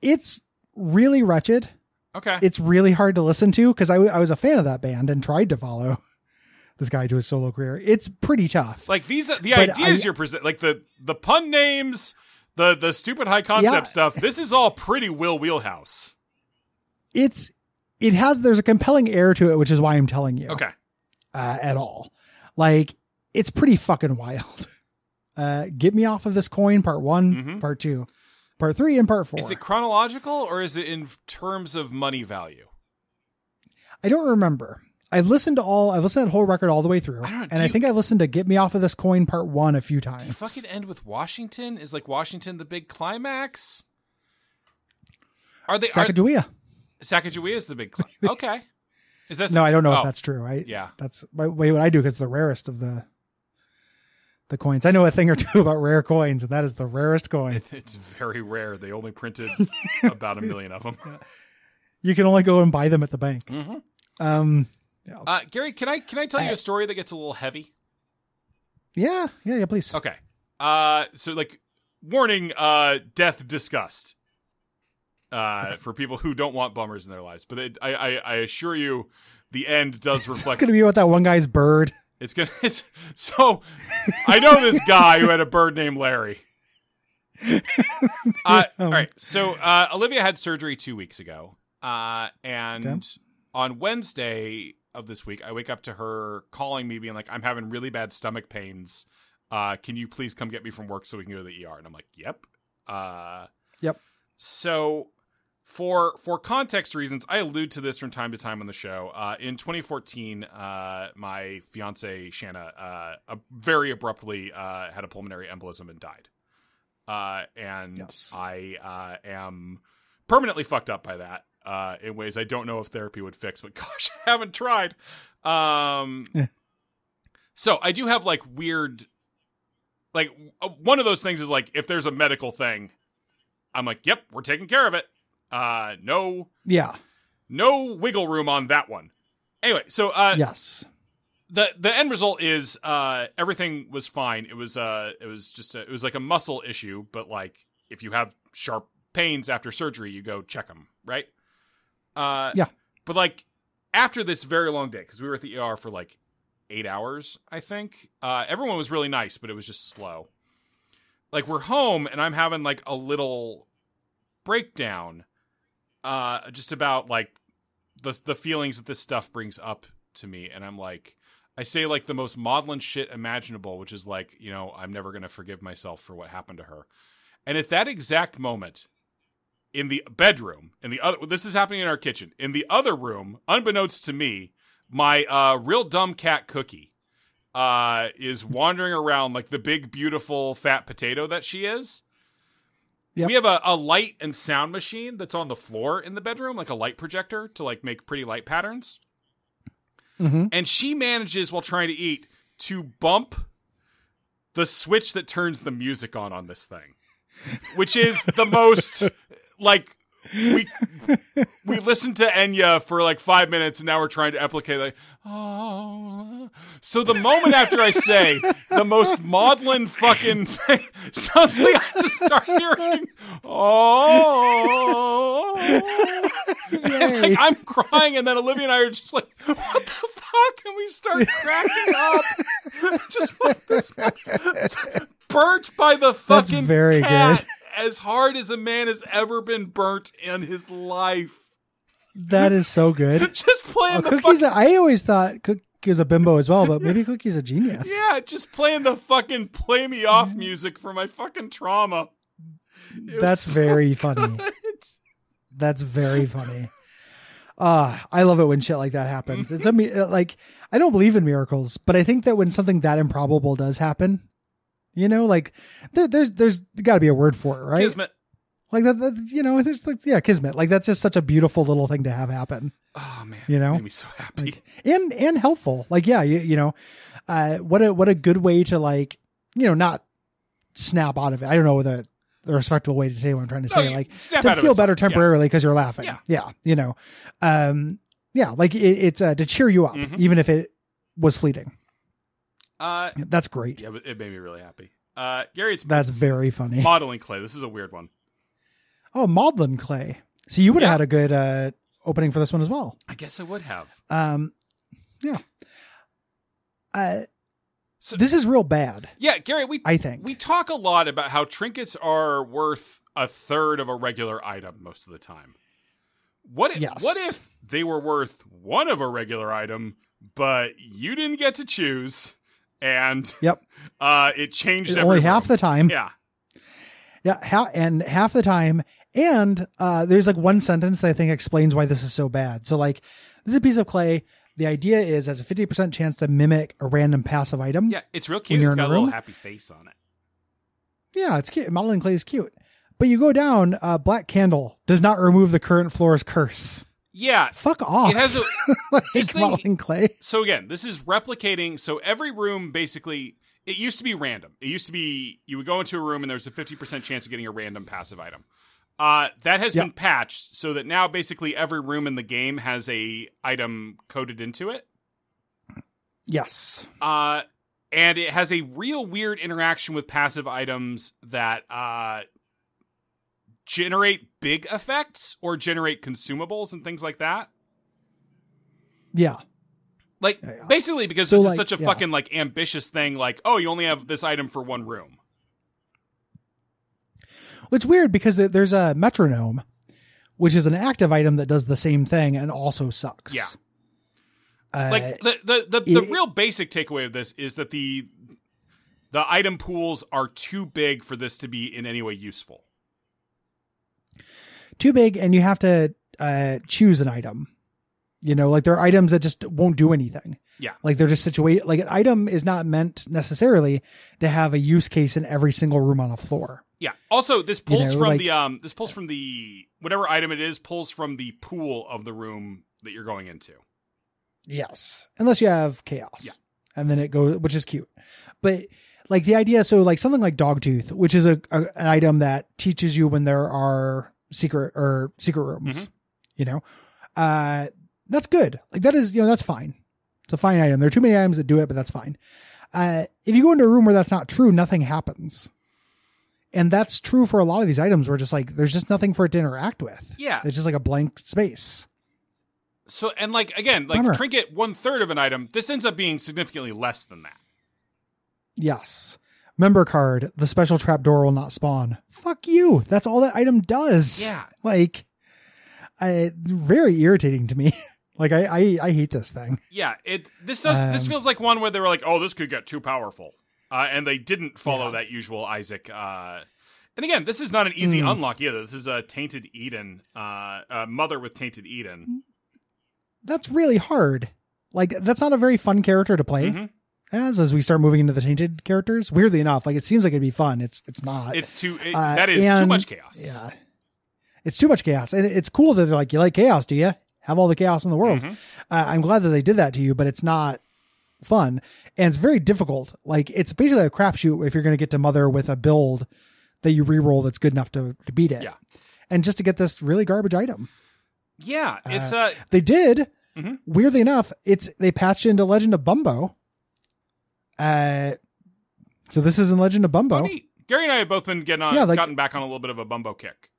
Speaker 2: it's really wretched.
Speaker 1: Okay.
Speaker 2: It's really hard to listen to because I, w- I was a fan of that band and tried to follow (laughs) this guy to his solo career. It's pretty tough.
Speaker 1: like these the
Speaker 2: But
Speaker 1: ideas
Speaker 2: I-
Speaker 1: you're present like the the pun names, the the stupid high concept
Speaker 2: Yeah.
Speaker 1: stuff. This is all pretty Will Wheelhouse.
Speaker 2: It's it has there's a compelling air to it, which is why I'm telling you.
Speaker 1: Okay.
Speaker 2: uh, at all. Like it's pretty fucking wild. (laughs) Uh, get me off of this coin. Part one,
Speaker 1: Mhm.
Speaker 2: part two, part three, and part four.
Speaker 1: Is it chronological or is it in terms of money value?
Speaker 2: I don't remember. I've listened to all. I've listened to that whole record all the way through,
Speaker 1: I don't- do
Speaker 2: and I
Speaker 1: you-
Speaker 2: think I listened to "Get Me Off of This Coin" part one a few times.
Speaker 1: Do you fucking end with Washington? Is like Washington the big climax? Are they are,
Speaker 2: Sacagawea.
Speaker 1: Sacagawea is the big climax?
Speaker 2: (laughs)
Speaker 1: okay. Is that
Speaker 2: No, I don't know
Speaker 1: oh,
Speaker 2: if that's true. I
Speaker 1: yeah.
Speaker 2: that's by way what I do because the rarest of the the coins. I know a thing or (laughs) two about rare coins, and that is the rarest coin.
Speaker 1: It's very rare. They only
Speaker 2: (laughs)
Speaker 1: printed about a million of them.
Speaker 2: You can only go and buy them at the bank.
Speaker 1: Mhm.
Speaker 2: Um,
Speaker 1: Uh, Gary, can I can I tell you a story that gets a little heavy?
Speaker 2: yeah, yeah, yeah. Please.
Speaker 1: Okay. Uh so like warning uh death disgust. Uh for people who don't want bummers in their lives. But it, I, I I assure you the end does
Speaker 2: (laughs) It's
Speaker 1: reflect
Speaker 2: gonna be about that one guy's bird.
Speaker 1: it's gonna (laughs) it's so I know this guy who had a bird named Larry. Uh, all right. So uh Olivia had surgery two weeks ago. Uh and
Speaker 2: Okay.
Speaker 1: on Wednesday of this week, I wake up to her calling me being like, I'm having really bad stomach pains uh, can you please come get me from work so we can go to the ER? And I'm like, yep. Uh,
Speaker 2: Yep.
Speaker 1: So for for context reasons, I allude to this from time to time on the show. Uh, in 2014, uh, my fiance Shanna uh, uh, very abruptly uh, had a pulmonary embolism and died. Uh, and
Speaker 2: Yes.
Speaker 1: I uh, am permanently fucked up by that uh, in ways I don't know if therapy would fix, but (laughs) gosh, I haven't tried. Um,
Speaker 2: Yeah.
Speaker 1: so I do have like weird, like uh, one of those things is like if there's a medical thing, I'm like, yep, we're taking care of it. Uh, no,
Speaker 2: Yeah.
Speaker 1: no wiggle room on that one. Anyway, so uh, (laughs)
Speaker 2: yes.
Speaker 1: the the end result is uh everything was fine it was uh it was just a, it was like a muscle issue but like if you have sharp pains after surgery you go check them right uh
Speaker 2: Yeah.
Speaker 1: but like after this very long day because we were at the er for like eight hours i think uh everyone was really nice but it was just slow like we're home and i'm having like a little breakdown uh just about like the the feelings that this stuff brings up to me and i'm like i say like the most maudlin shit imaginable which is like you know i'm never going to forgive myself for what happened to her and at that exact moment in the bedroom in the other this is happening in our kitchen in the other room unbeknownst to me my uh real dumb cat cookie uh is wandering around like the big beautiful fat potato that she is
Speaker 2: Yep.
Speaker 1: we have a, a light and sound machine that's on the floor in the bedroom like a light projector to like make pretty light patterns
Speaker 2: Mm-hmm.
Speaker 1: and she manages while trying to eat to bump the switch that turns the music on on this thing which is the most like we we listened to Enya for like five minutes and now we're trying to replicate like oh so the moment after I say the most maudlin fucking thing suddenly I just start hearing oh like, I'm crying, and then Olivia and I are just like, "What the fuck?" And we
Speaker 2: (laughs)
Speaker 1: start cracking up, (laughs) just like this, burnt by the
Speaker 2: That's
Speaker 1: fucking
Speaker 2: very
Speaker 1: cat,
Speaker 2: good.
Speaker 1: as hard as a man has ever been burnt in his life.
Speaker 2: (laughs) That is so good.
Speaker 1: Just playing
Speaker 2: Oh,
Speaker 1: the
Speaker 2: Cookie's.
Speaker 1: fucking
Speaker 2: A, I always thought Cookie was a bimbo as well, but
Speaker 1: (laughs)
Speaker 2: maybe Cookie's a genius.
Speaker 1: yeah, just playing the fucking play me
Speaker 2: Mm-hmm.
Speaker 1: off music for my fucking trauma. It was
Speaker 2: that's
Speaker 1: so (laughs)
Speaker 2: very funny.
Speaker 1: good.
Speaker 2: That's very funny. Ah, I love it when shit like that happens. It's a mi- uh, like I don't believe in miracles, but I think that when something that improbable does happen, you know, like there, there's there's got to be a word for it, right?
Speaker 1: Kismet.
Speaker 2: Like that, that, you know, there's like yeah, kismet. Like that's just such a beautiful little thing to have happen.
Speaker 1: Oh man,
Speaker 2: You know?
Speaker 1: made me so happy. (laughs)
Speaker 2: like, and and helpful. Like, yeah, you, you know, uh, what a what a good way to like, you know, not snap out of it. I don't know the the respectable way to say what I'm trying to
Speaker 1: No,
Speaker 2: say.
Speaker 1: you
Speaker 2: Like,
Speaker 1: snap out
Speaker 2: to
Speaker 1: of
Speaker 2: feel
Speaker 1: it's fine.
Speaker 2: better
Speaker 1: Yeah.
Speaker 2: temporarily because you're laughing.
Speaker 1: Yeah.
Speaker 2: you know, um, yeah, like it, it's uh, to cheer you up,
Speaker 1: Mhm.
Speaker 2: even if it was fleeting.
Speaker 1: Uh,
Speaker 2: That's great.
Speaker 1: yeah, but it made me really happy. Uh, Gary, it's (laughs)
Speaker 2: That's very funny.
Speaker 1: modeling clay. This is a weird one.
Speaker 2: oh, maudlin clay. So you would
Speaker 1: Yeah.
Speaker 2: have had a good uh, opening for this one as well.
Speaker 1: I guess I would have.
Speaker 2: Um, yeah. Uh,
Speaker 1: So-
Speaker 2: this is real bad,
Speaker 1: Yeah, Gary, we
Speaker 2: I think.
Speaker 1: we talk a lot about how trinkets are worth a third of a regular item most of the time. What if,
Speaker 2: Yes.
Speaker 1: what if they were worth one of a regular item, but you didn't get to choose, and
Speaker 2: Yep.
Speaker 1: (laughs) uh, it changed
Speaker 2: It's
Speaker 1: every
Speaker 2: only half
Speaker 1: room?
Speaker 2: the time.
Speaker 1: yeah.
Speaker 2: Yeah, ha- and half the time, and uh, there's like one sentence that I think explains why this is so bad. So like, this is a piece of clay. The idea is has a fifty percent chance to mimic a random passive item.
Speaker 1: Yeah, it's real cute.
Speaker 2: you're
Speaker 1: It's got
Speaker 2: in a
Speaker 1: a little
Speaker 2: room?
Speaker 1: happy face on it.
Speaker 2: Yeah, it's cute. Modeling clay is cute, but you go down. Uh, Black candle does not remove the current floor's curse.
Speaker 1: Yeah,
Speaker 2: Fuck off.
Speaker 1: it has a.
Speaker 2: (laughs) like,
Speaker 1: this thing-
Speaker 2: modeling clay.
Speaker 1: so again, this is replicating. So every room basically, it used to be random. It used to be you would go into a room and there's a 50% chance of getting a random passive item. Uh, that has
Speaker 2: Yeah.
Speaker 1: been patched so that now basically every room in the game has a item coded into it.
Speaker 2: Yes.
Speaker 1: Uh, and it has a real weird interaction with passive items that uh, generate big effects or generate consumables and things like that.
Speaker 2: Yeah.
Speaker 1: Like
Speaker 2: Yeah, yeah.
Speaker 1: basically because
Speaker 2: So,
Speaker 1: this is
Speaker 2: like,
Speaker 1: such a
Speaker 2: yeah.
Speaker 1: fucking like ambitious thing. Like, oh, you only have this item for one room.
Speaker 2: Well, It's weird because th- there's a metronome, which is an active item that does the same thing and also sucks.
Speaker 1: Yeah.
Speaker 2: Uh,
Speaker 1: Like the the the, the
Speaker 2: it-
Speaker 1: real basic takeaway of this is that the the item pools are too big for this to be in any way useful.
Speaker 2: too big, and you have to uh, choose an item. You know, like there are items that just won't do anything.
Speaker 1: Yeah.
Speaker 2: Like they're just situated. Like an item is not meant necessarily to have a use case in every single room on a floor.
Speaker 1: Yeah. Also, this pulls
Speaker 2: know,
Speaker 1: from
Speaker 2: like-
Speaker 1: the um this pulls from the whatever item it is pulls from the pool of the room that you're going into.
Speaker 2: Yes. Unless you have chaos.
Speaker 1: Yeah.
Speaker 2: And then it goes, which is cute. But like the idea, so like something like Dogtooth, which is a, a an item that teaches you when there are secret or secret
Speaker 1: Mm-hmm.
Speaker 2: rooms, you know, uh, that's good. Like that is, you know, that's fine. It's a fine item. There are too many items that do it, but that's fine. Uh, if you go into a room where that's not true, nothing happens. And that's true for a lot of these items where just like there's just nothing for it to interact with.
Speaker 1: Yeah.
Speaker 2: It's just like a blank space.
Speaker 1: So and like again, like
Speaker 2: Bummer.
Speaker 1: trinket one third of an item. This ends up being significantly less than that.
Speaker 2: Yes. Member card, the special trapdoor will not spawn. Fuck you. That's all that item does.
Speaker 1: Yeah.
Speaker 2: Like, I, very irritating to me. (laughs) like, I, I, I hate this thing.
Speaker 1: Yeah, it this does this
Speaker 2: Um,
Speaker 1: feels like one where they were like, "Oh, this could get too powerful," uh, and they didn't follow
Speaker 2: Yeah.
Speaker 1: that usual Isaac. Uh, and again, this is not an
Speaker 2: Mm.
Speaker 1: easy unlock either. This is a tainted Eden, uh, a mother with tainted Eden.
Speaker 2: That's really hard. Like, that's not a very fun character to play.
Speaker 1: Mhm.
Speaker 2: As as we start moving into the tainted characters, weirdly enough, like it seems like it'd be fun. It's it's not.
Speaker 1: It's too it,
Speaker 2: Uh,
Speaker 1: that is too
Speaker 2: and-
Speaker 1: much chaos.
Speaker 2: Yeah. It's too much chaos. And it's cool that they're like, you like chaos, do you? Have all the chaos in the world.
Speaker 1: Mhm.
Speaker 2: Uh, I'm glad that they did that to you, but it's not fun. And it's very difficult. Like, it's basically a crapshoot if you're going to get to Mother with a build that you reroll that's good enough to, to beat it.
Speaker 1: Yeah.
Speaker 2: And just to get this really garbage item.
Speaker 1: yeah. It's uh,
Speaker 2: They did.
Speaker 1: Mhm.
Speaker 2: Weirdly enough, it's they patched into Legend of Bumbo. Uh, so this is in Legend of Bumbo.
Speaker 1: neat. Gary and I have both been getting on,
Speaker 2: oh. Yeah, like-
Speaker 1: gotten back on a little bit of a bumbo kick.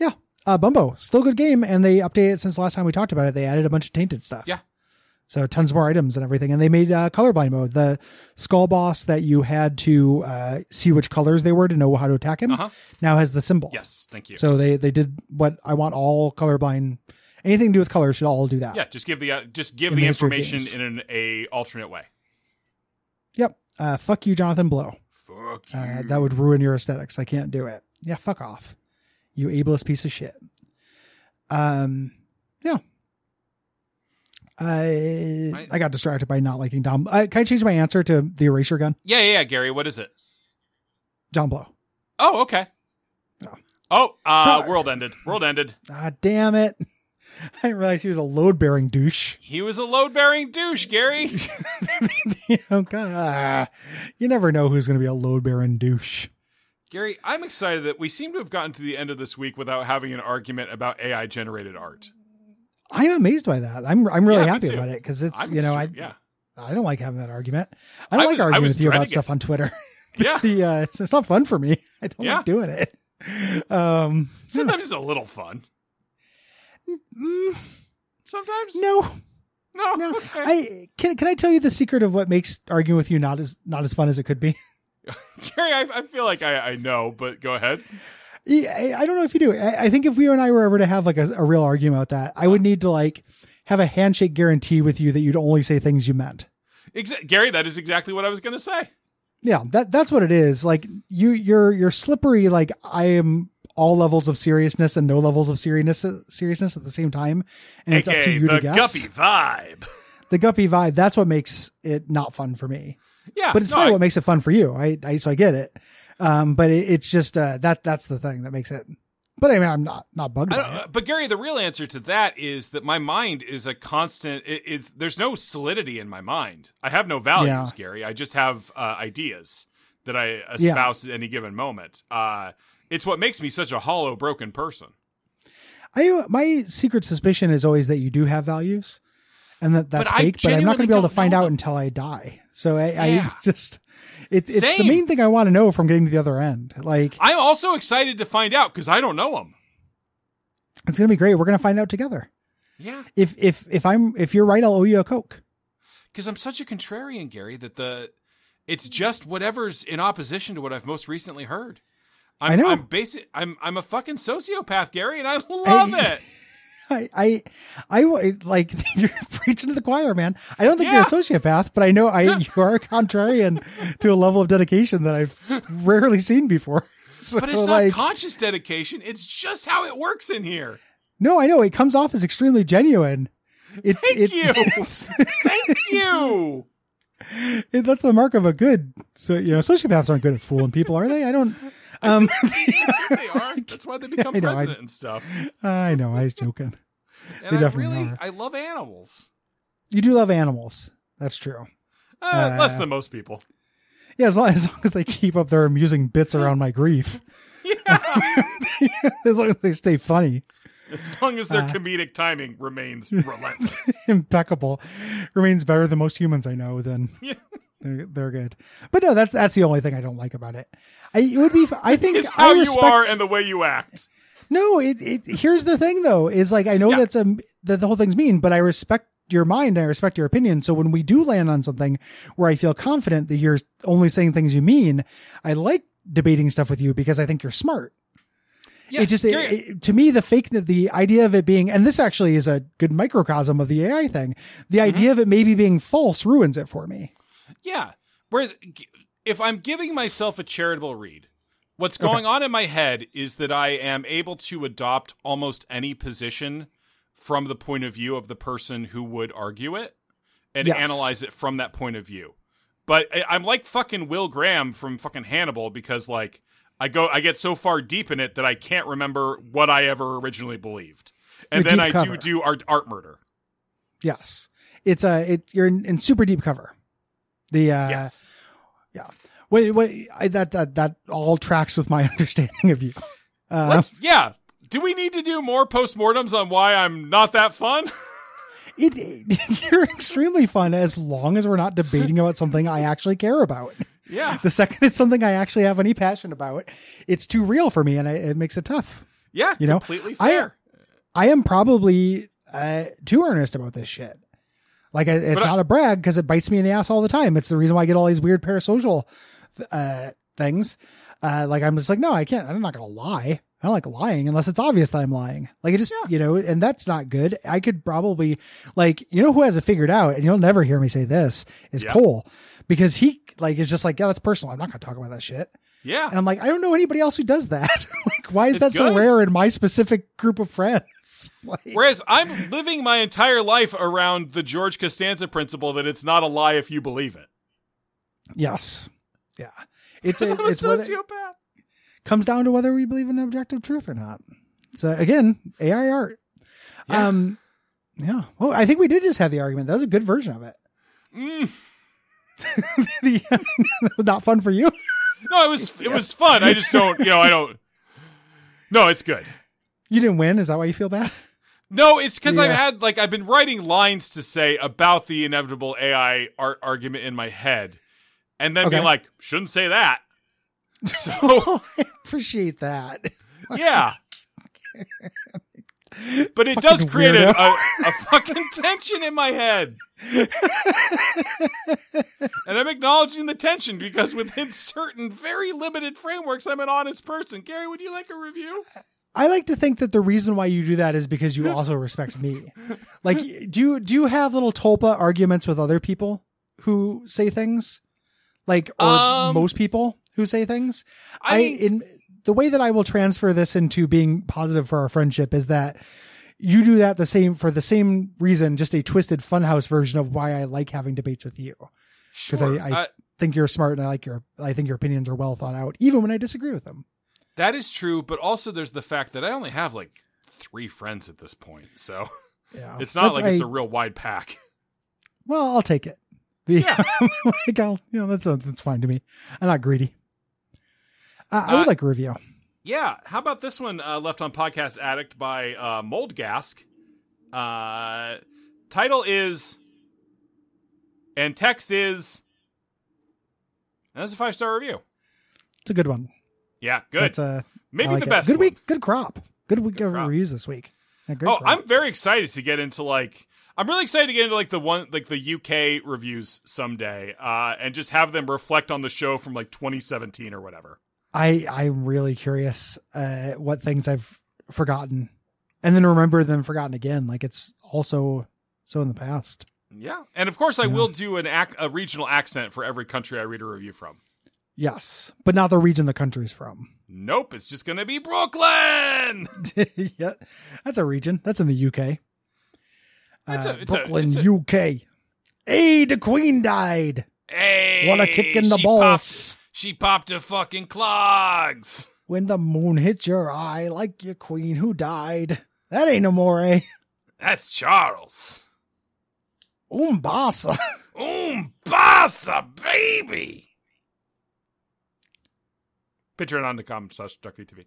Speaker 2: Yeah. Uh, Bumbo, still good game, and they updated it since last time we talked about it. They added a bunch of tainted stuff.
Speaker 1: Yeah.
Speaker 2: So tons more items and everything, and they made uh, colorblind mode. The skull boss that you had to uh, see which colors they were to know how to attack him
Speaker 1: Uh-huh.
Speaker 2: now has the symbol.
Speaker 1: Yes, thank you.
Speaker 2: Oh. So they they did what I want all colorblind, anything to do with colors should all do that.
Speaker 1: yeah, just give the uh, just give
Speaker 2: In
Speaker 1: the
Speaker 2: the history of
Speaker 1: information
Speaker 2: games.
Speaker 1: in an a alternate way.
Speaker 2: Yep. Uh, fuck you, Jonathan Blow.
Speaker 1: Fuck you.
Speaker 2: Uh, that would ruin your aesthetics. I can't do it. Yeah, fuck off. You ableist piece of shit. Um, yeah. I
Speaker 1: I-
Speaker 2: I, got distracted by not liking Dom. I, can I change my answer to the erasure gun?
Speaker 1: yeah, yeah, yeah, Gary. What is it?
Speaker 2: John Blow.
Speaker 1: Oh, okay.
Speaker 2: Oh.
Speaker 1: Oh, uh,
Speaker 2: Probably.
Speaker 1: world ended. World ended.
Speaker 2: Ah, damn it. (laughs) I didn't realize he was a load bearing douche. (laughs)
Speaker 1: He was a load bearing douche, Gary. (laughs)
Speaker 2: oh, God. Ah, you never know who's going to be a load bearing douche.
Speaker 1: Gary, I'm excited that we seem to have gotten to the end of this week without having an argument about AI generated art.
Speaker 2: I'm amazed by that. I'm I'm really
Speaker 1: Yeah, me
Speaker 2: happy
Speaker 1: too.
Speaker 2: about it because it's
Speaker 1: I'm
Speaker 2: you know
Speaker 1: extre-
Speaker 2: I
Speaker 1: yeah,
Speaker 2: I don't like having that argument. I don't
Speaker 1: I
Speaker 2: like
Speaker 1: was- I
Speaker 2: arguing
Speaker 1: was
Speaker 2: with you
Speaker 1: trying
Speaker 2: about
Speaker 1: to get-
Speaker 2: stuff on Twitter. (laughs)
Speaker 1: yeah.
Speaker 2: the uh it's, it's not fun for me (laughs) i don't
Speaker 1: Yeah.
Speaker 2: like doing it um
Speaker 1: Sometimes it's a little fun.
Speaker 2: Mm,
Speaker 1: Sometimes
Speaker 2: no,
Speaker 1: no. (laughs)
Speaker 2: no.
Speaker 1: Okay.
Speaker 2: I can can I tell you the secret of what makes arguing with you not as not as fun as it could be? (laughs)
Speaker 1: Gary, I, I feel like I, I know, but go ahead.
Speaker 2: Yeah, I, I don't know if you do. I, I think if we and I were ever to have like a, a real argument about that, I would need to like have a handshake guarantee with you that you'd only say things you meant.
Speaker 1: Exa- Gary, that is exactly what I was going to say.
Speaker 2: Yeah, that that's what it is. Like you, you're you're slippery. Like I am all levels of seriousness and no levels of seriousness seriousness at the same time, and it's up to
Speaker 1: AKA
Speaker 2: you
Speaker 1: the
Speaker 2: to guess.
Speaker 1: guppy vibe. (laughs)
Speaker 2: The guppy vibe. That's what makes it not fun for me.
Speaker 1: Yeah,
Speaker 2: But it's
Speaker 1: no,
Speaker 2: probably
Speaker 1: I-
Speaker 2: what makes it fun for you. I, I so I get it. Um, but it, it's just uh, that that's the thing that makes it. But I mean, I'm not not bugged
Speaker 1: I
Speaker 2: by it.
Speaker 1: don't, but Gary, the real answer to that is that my mind is a constant. It, it's there's no solidity in my mind. I have no values,
Speaker 2: Yeah.
Speaker 1: Gary. I just have uh, ideas that I espouse at any given moment. Uh, it's what makes me such a hollow, broken person. uh,
Speaker 2: I my secret suspicion is always that you do have values, and that that's
Speaker 1: But I
Speaker 2: fake. But I'm not
Speaker 1: genuinely
Speaker 2: going to be able
Speaker 1: don't
Speaker 2: to find
Speaker 1: know
Speaker 2: out
Speaker 1: them.
Speaker 2: until I die. So I,
Speaker 1: Yeah.
Speaker 2: I just it, it's the
Speaker 1: Same.
Speaker 2: main thing I want to know from getting to the other end. Like
Speaker 1: I'm also excited to find out because I don't know them.
Speaker 2: it's going to be great. We're going to find out together.
Speaker 1: Yeah,
Speaker 2: If if if I'm if you're right, I'll owe you a coke.
Speaker 1: because I'm such a contrarian, Gary, that the it's just whatever's in opposition to what I've most recently heard. I'm,
Speaker 2: I know.
Speaker 1: I'm basic. I'm I'm a fucking sociopath, Gary, and I love
Speaker 2: I-
Speaker 1: it.
Speaker 2: I I I w- like (laughs) you're preaching to the choir, man. I don't think
Speaker 1: Yeah.
Speaker 2: you're a sociopath, but I know I (laughs) you are a contrarian to a level of dedication that I've rarely seen before. (laughs) So,
Speaker 1: But it's
Speaker 2: like,
Speaker 1: not conscious dedication. It's just how it works in
Speaker 2: (laughs)
Speaker 1: here.
Speaker 2: No, I know it comes off as extremely genuine. It,
Speaker 1: Thank
Speaker 2: it's,
Speaker 1: you.
Speaker 2: it's- (laughs)
Speaker 1: Thank you.
Speaker 2: it- that's the mark of a good. So you know, sociopaths aren't good at fooling people, are they? I don't. Um, (laughs)
Speaker 1: they are. That's why they become
Speaker 2: I know, I-
Speaker 1: president and stuff.
Speaker 2: I know. I was joking.
Speaker 1: And I
Speaker 2: definitely
Speaker 1: really,
Speaker 2: are.
Speaker 1: I love animals.
Speaker 2: You do love animals. That's true.
Speaker 1: Uh,
Speaker 2: Uh,
Speaker 1: less than most people. (laughs)
Speaker 2: Yeah, as long, as long as they keep up their amusing bits around my grief,
Speaker 1: Yeah.
Speaker 2: (laughs) as long as they stay funny, (laughs)
Speaker 1: as long as their
Speaker 2: Uh,
Speaker 1: comedic timing remains relentless.
Speaker 2: impeccable, remains better than most humans I know. Then
Speaker 1: (laughs) Yeah.
Speaker 2: they're they're good. But no, that's that's the only thing I don't like about it. I it would be. f-
Speaker 1: (laughs)
Speaker 2: I think
Speaker 1: It's how
Speaker 2: I
Speaker 1: you
Speaker 2: respect-
Speaker 1: are and the way you act.
Speaker 2: No, it, it here's the thing though, is like I know
Speaker 1: Yeah.
Speaker 2: that's a that the whole thing's mean, but I respect your mind, I respect your opinion. So when we do land on something where I feel confident that you're only saying things you mean, I like debating stuff with you because I think you're smart.
Speaker 1: Yeah,
Speaker 2: it just it,
Speaker 1: Gary,
Speaker 2: it- to me the fake the idea of it being and this actually is a good microcosm of the AI thing. The
Speaker 1: Mm-hmm.
Speaker 2: idea of it maybe being false ruins it for me.
Speaker 1: Yeah. Whereas g- if I'm giving myself a charitable read, what's going on in my head is that I am able to adopt almost any position from the point of view of the person who would argue it and
Speaker 2: Yes.
Speaker 1: analyze it from that point of view. But I, I'm like fucking Will Graham from fucking Hannibal because like I go I get so far deep in it that I can't remember what I ever originally believed. And
Speaker 2: You're
Speaker 1: then
Speaker 2: deep
Speaker 1: I do
Speaker 2: cover.
Speaker 1: do art, art murder.
Speaker 2: Yes. It's a it you're in, in super deep cover. The uh
Speaker 1: yes.
Speaker 2: Yeah. What, what, I, that, that, that all tracks with my (laughs) understanding of you. Uh, (laughs)
Speaker 1: Let's, yeah. Do we need to do more postmortems on why I'm not that fun? (laughs)
Speaker 2: it, it- (laughs) you're extremely fun as long as we're not debating about something I actually care about.
Speaker 1: yeah.
Speaker 2: The second it's something I actually have any passion about, it's too real for me and I, it makes it tough.
Speaker 1: Yeah.
Speaker 2: You know,
Speaker 1: completely
Speaker 2: I-
Speaker 1: fair.
Speaker 2: I am probably uh, too earnest about this shit. Like, I, it's
Speaker 1: But I-
Speaker 2: not a brag because it bites me in the ass all the time. It's the reason why I get all these weird parasocial uh, things. Uh, like, I'm just like, no, I can't. I'm not going to lie. I don't like lying unless it's obvious that I'm lying. Like, it just,
Speaker 1: Yeah.
Speaker 2: you know, and that's not good. I could probably, like, you know, who has it figured out, and you'll never hear me say this is
Speaker 1: Yeah.
Speaker 2: Cole because he, like, is just like, yeah, that's personal. I'm not going to talk about that shit.
Speaker 1: yeah.
Speaker 2: (laughs) And I'm like, I don't know anybody else who does that. (laughs) like, why is
Speaker 1: It's
Speaker 2: that so
Speaker 1: good.
Speaker 2: rare in my specific group of friends? (laughs) like,
Speaker 1: Whereas I'm living my entire life around the George Costanza principle that it's not a lie if you believe it.
Speaker 2: yes. Yeah.
Speaker 1: (laughs)
Speaker 2: It's,
Speaker 1: Because
Speaker 2: a,
Speaker 1: I'm a
Speaker 2: it's what it
Speaker 1: sociopath.
Speaker 2: comes down to whether we believe in objective truth or not. So again, AI art.
Speaker 1: Yeah.
Speaker 2: Um, yeah. Well, I think we did just have the argument. That was a good version of it.
Speaker 1: Mm.
Speaker 2: (laughs) The- (laughs) not fun for you.
Speaker 1: No, it was it was fun. I just don't, you know, I don't. No, it's good.
Speaker 2: You didn't win. Is that why you feel bad? (laughs)
Speaker 1: No, it's because I've
Speaker 2: Yeah.
Speaker 1: had like I've been writing lines to say about the inevitable AI art argument in my head, and then
Speaker 2: Okay.
Speaker 1: being like, shouldn't say that. (laughs) So
Speaker 2: (laughs) I appreciate that.
Speaker 1: yeah, But it does
Speaker 2: Fucking
Speaker 1: create a, a,
Speaker 2: weirdo.
Speaker 1: a fucking tension in my head. and I'm acknowledging the tension because within certain very limited frameworks, I'm an honest person. Gary, would you like a review?
Speaker 2: I like to think that the reason why you do that is
Speaker 1: (laughs)
Speaker 2: because you also respect me. Like, do you do you have little tulpa arguments with other people who say things, like or
Speaker 1: Um,
Speaker 2: most people who say things?
Speaker 1: I
Speaker 2: I
Speaker 1: mean-
Speaker 2: in the way that I will transfer this into being positive for our friendship is that you do that the same for the same reason, just a twisted funhouse version of why I like having debates with you. Because I, I
Speaker 1: Uh,
Speaker 2: think you're smart and I like your I think your opinions are well thought out, even when I disagree with them.
Speaker 1: that is true, but also there's the fact that I only have like three friends at this point. So
Speaker 2: Yeah.
Speaker 1: it's not
Speaker 2: Oh, That's-
Speaker 1: like it's
Speaker 2: I-
Speaker 1: a real wide pack.
Speaker 2: well, I'll take it. The, (laughs) like, I'll, you know, that's, that's fine to me. I'm not greedy. Uh, I
Speaker 1: Uh,
Speaker 2: would like a review.
Speaker 1: Yeah. How about this one uh, left on Podcast Addict by uh, Moldgask? Uh, title is, and text is, and that's a five star review.
Speaker 2: It's a good one.
Speaker 1: Yeah, good.
Speaker 2: That's a,
Speaker 1: Maybe
Speaker 2: I like
Speaker 1: the
Speaker 2: it.
Speaker 1: best.
Speaker 2: Good
Speaker 1: one.
Speaker 2: week. Good crop. Good week of
Speaker 1: crop.
Speaker 2: reviews this week. Yeah, good
Speaker 1: Oh,
Speaker 2: crop.
Speaker 1: I'm very excited to get into like. I'm really excited to get into like the one like the UK reviews someday, uh, and just have them reflect on the show from like 2017 or whatever.
Speaker 2: I I'm really curious uh, what things I've forgotten, and then remember them forgotten again. Like it's also so in the past.
Speaker 1: Yeah, and of course I
Speaker 2: Yeah.
Speaker 1: will do an ac- a regional accent for every country I read a review from.
Speaker 2: Yes, but not the region the country's from.
Speaker 1: Nope, it's just gonna be
Speaker 2: (laughs)
Speaker 1: Brooklyn.
Speaker 2: yeah, that's a region. That's in the UK.
Speaker 1: It's a-
Speaker 2: Uh,
Speaker 1: it's a-
Speaker 2: Brooklyn,
Speaker 1: it's a-
Speaker 2: UK. Hey, the Queen died.
Speaker 1: Hey,
Speaker 2: What a kick in the
Speaker 1: she popped-
Speaker 2: balls.
Speaker 1: she popped her fucking clogs.
Speaker 2: When the moon hits your eye, like your queen who died. That ain't no more, eh?
Speaker 1: That's Charles.
Speaker 2: Umbasa.
Speaker 1: Umbasa, baby. Picture it on the com slash DuckTV.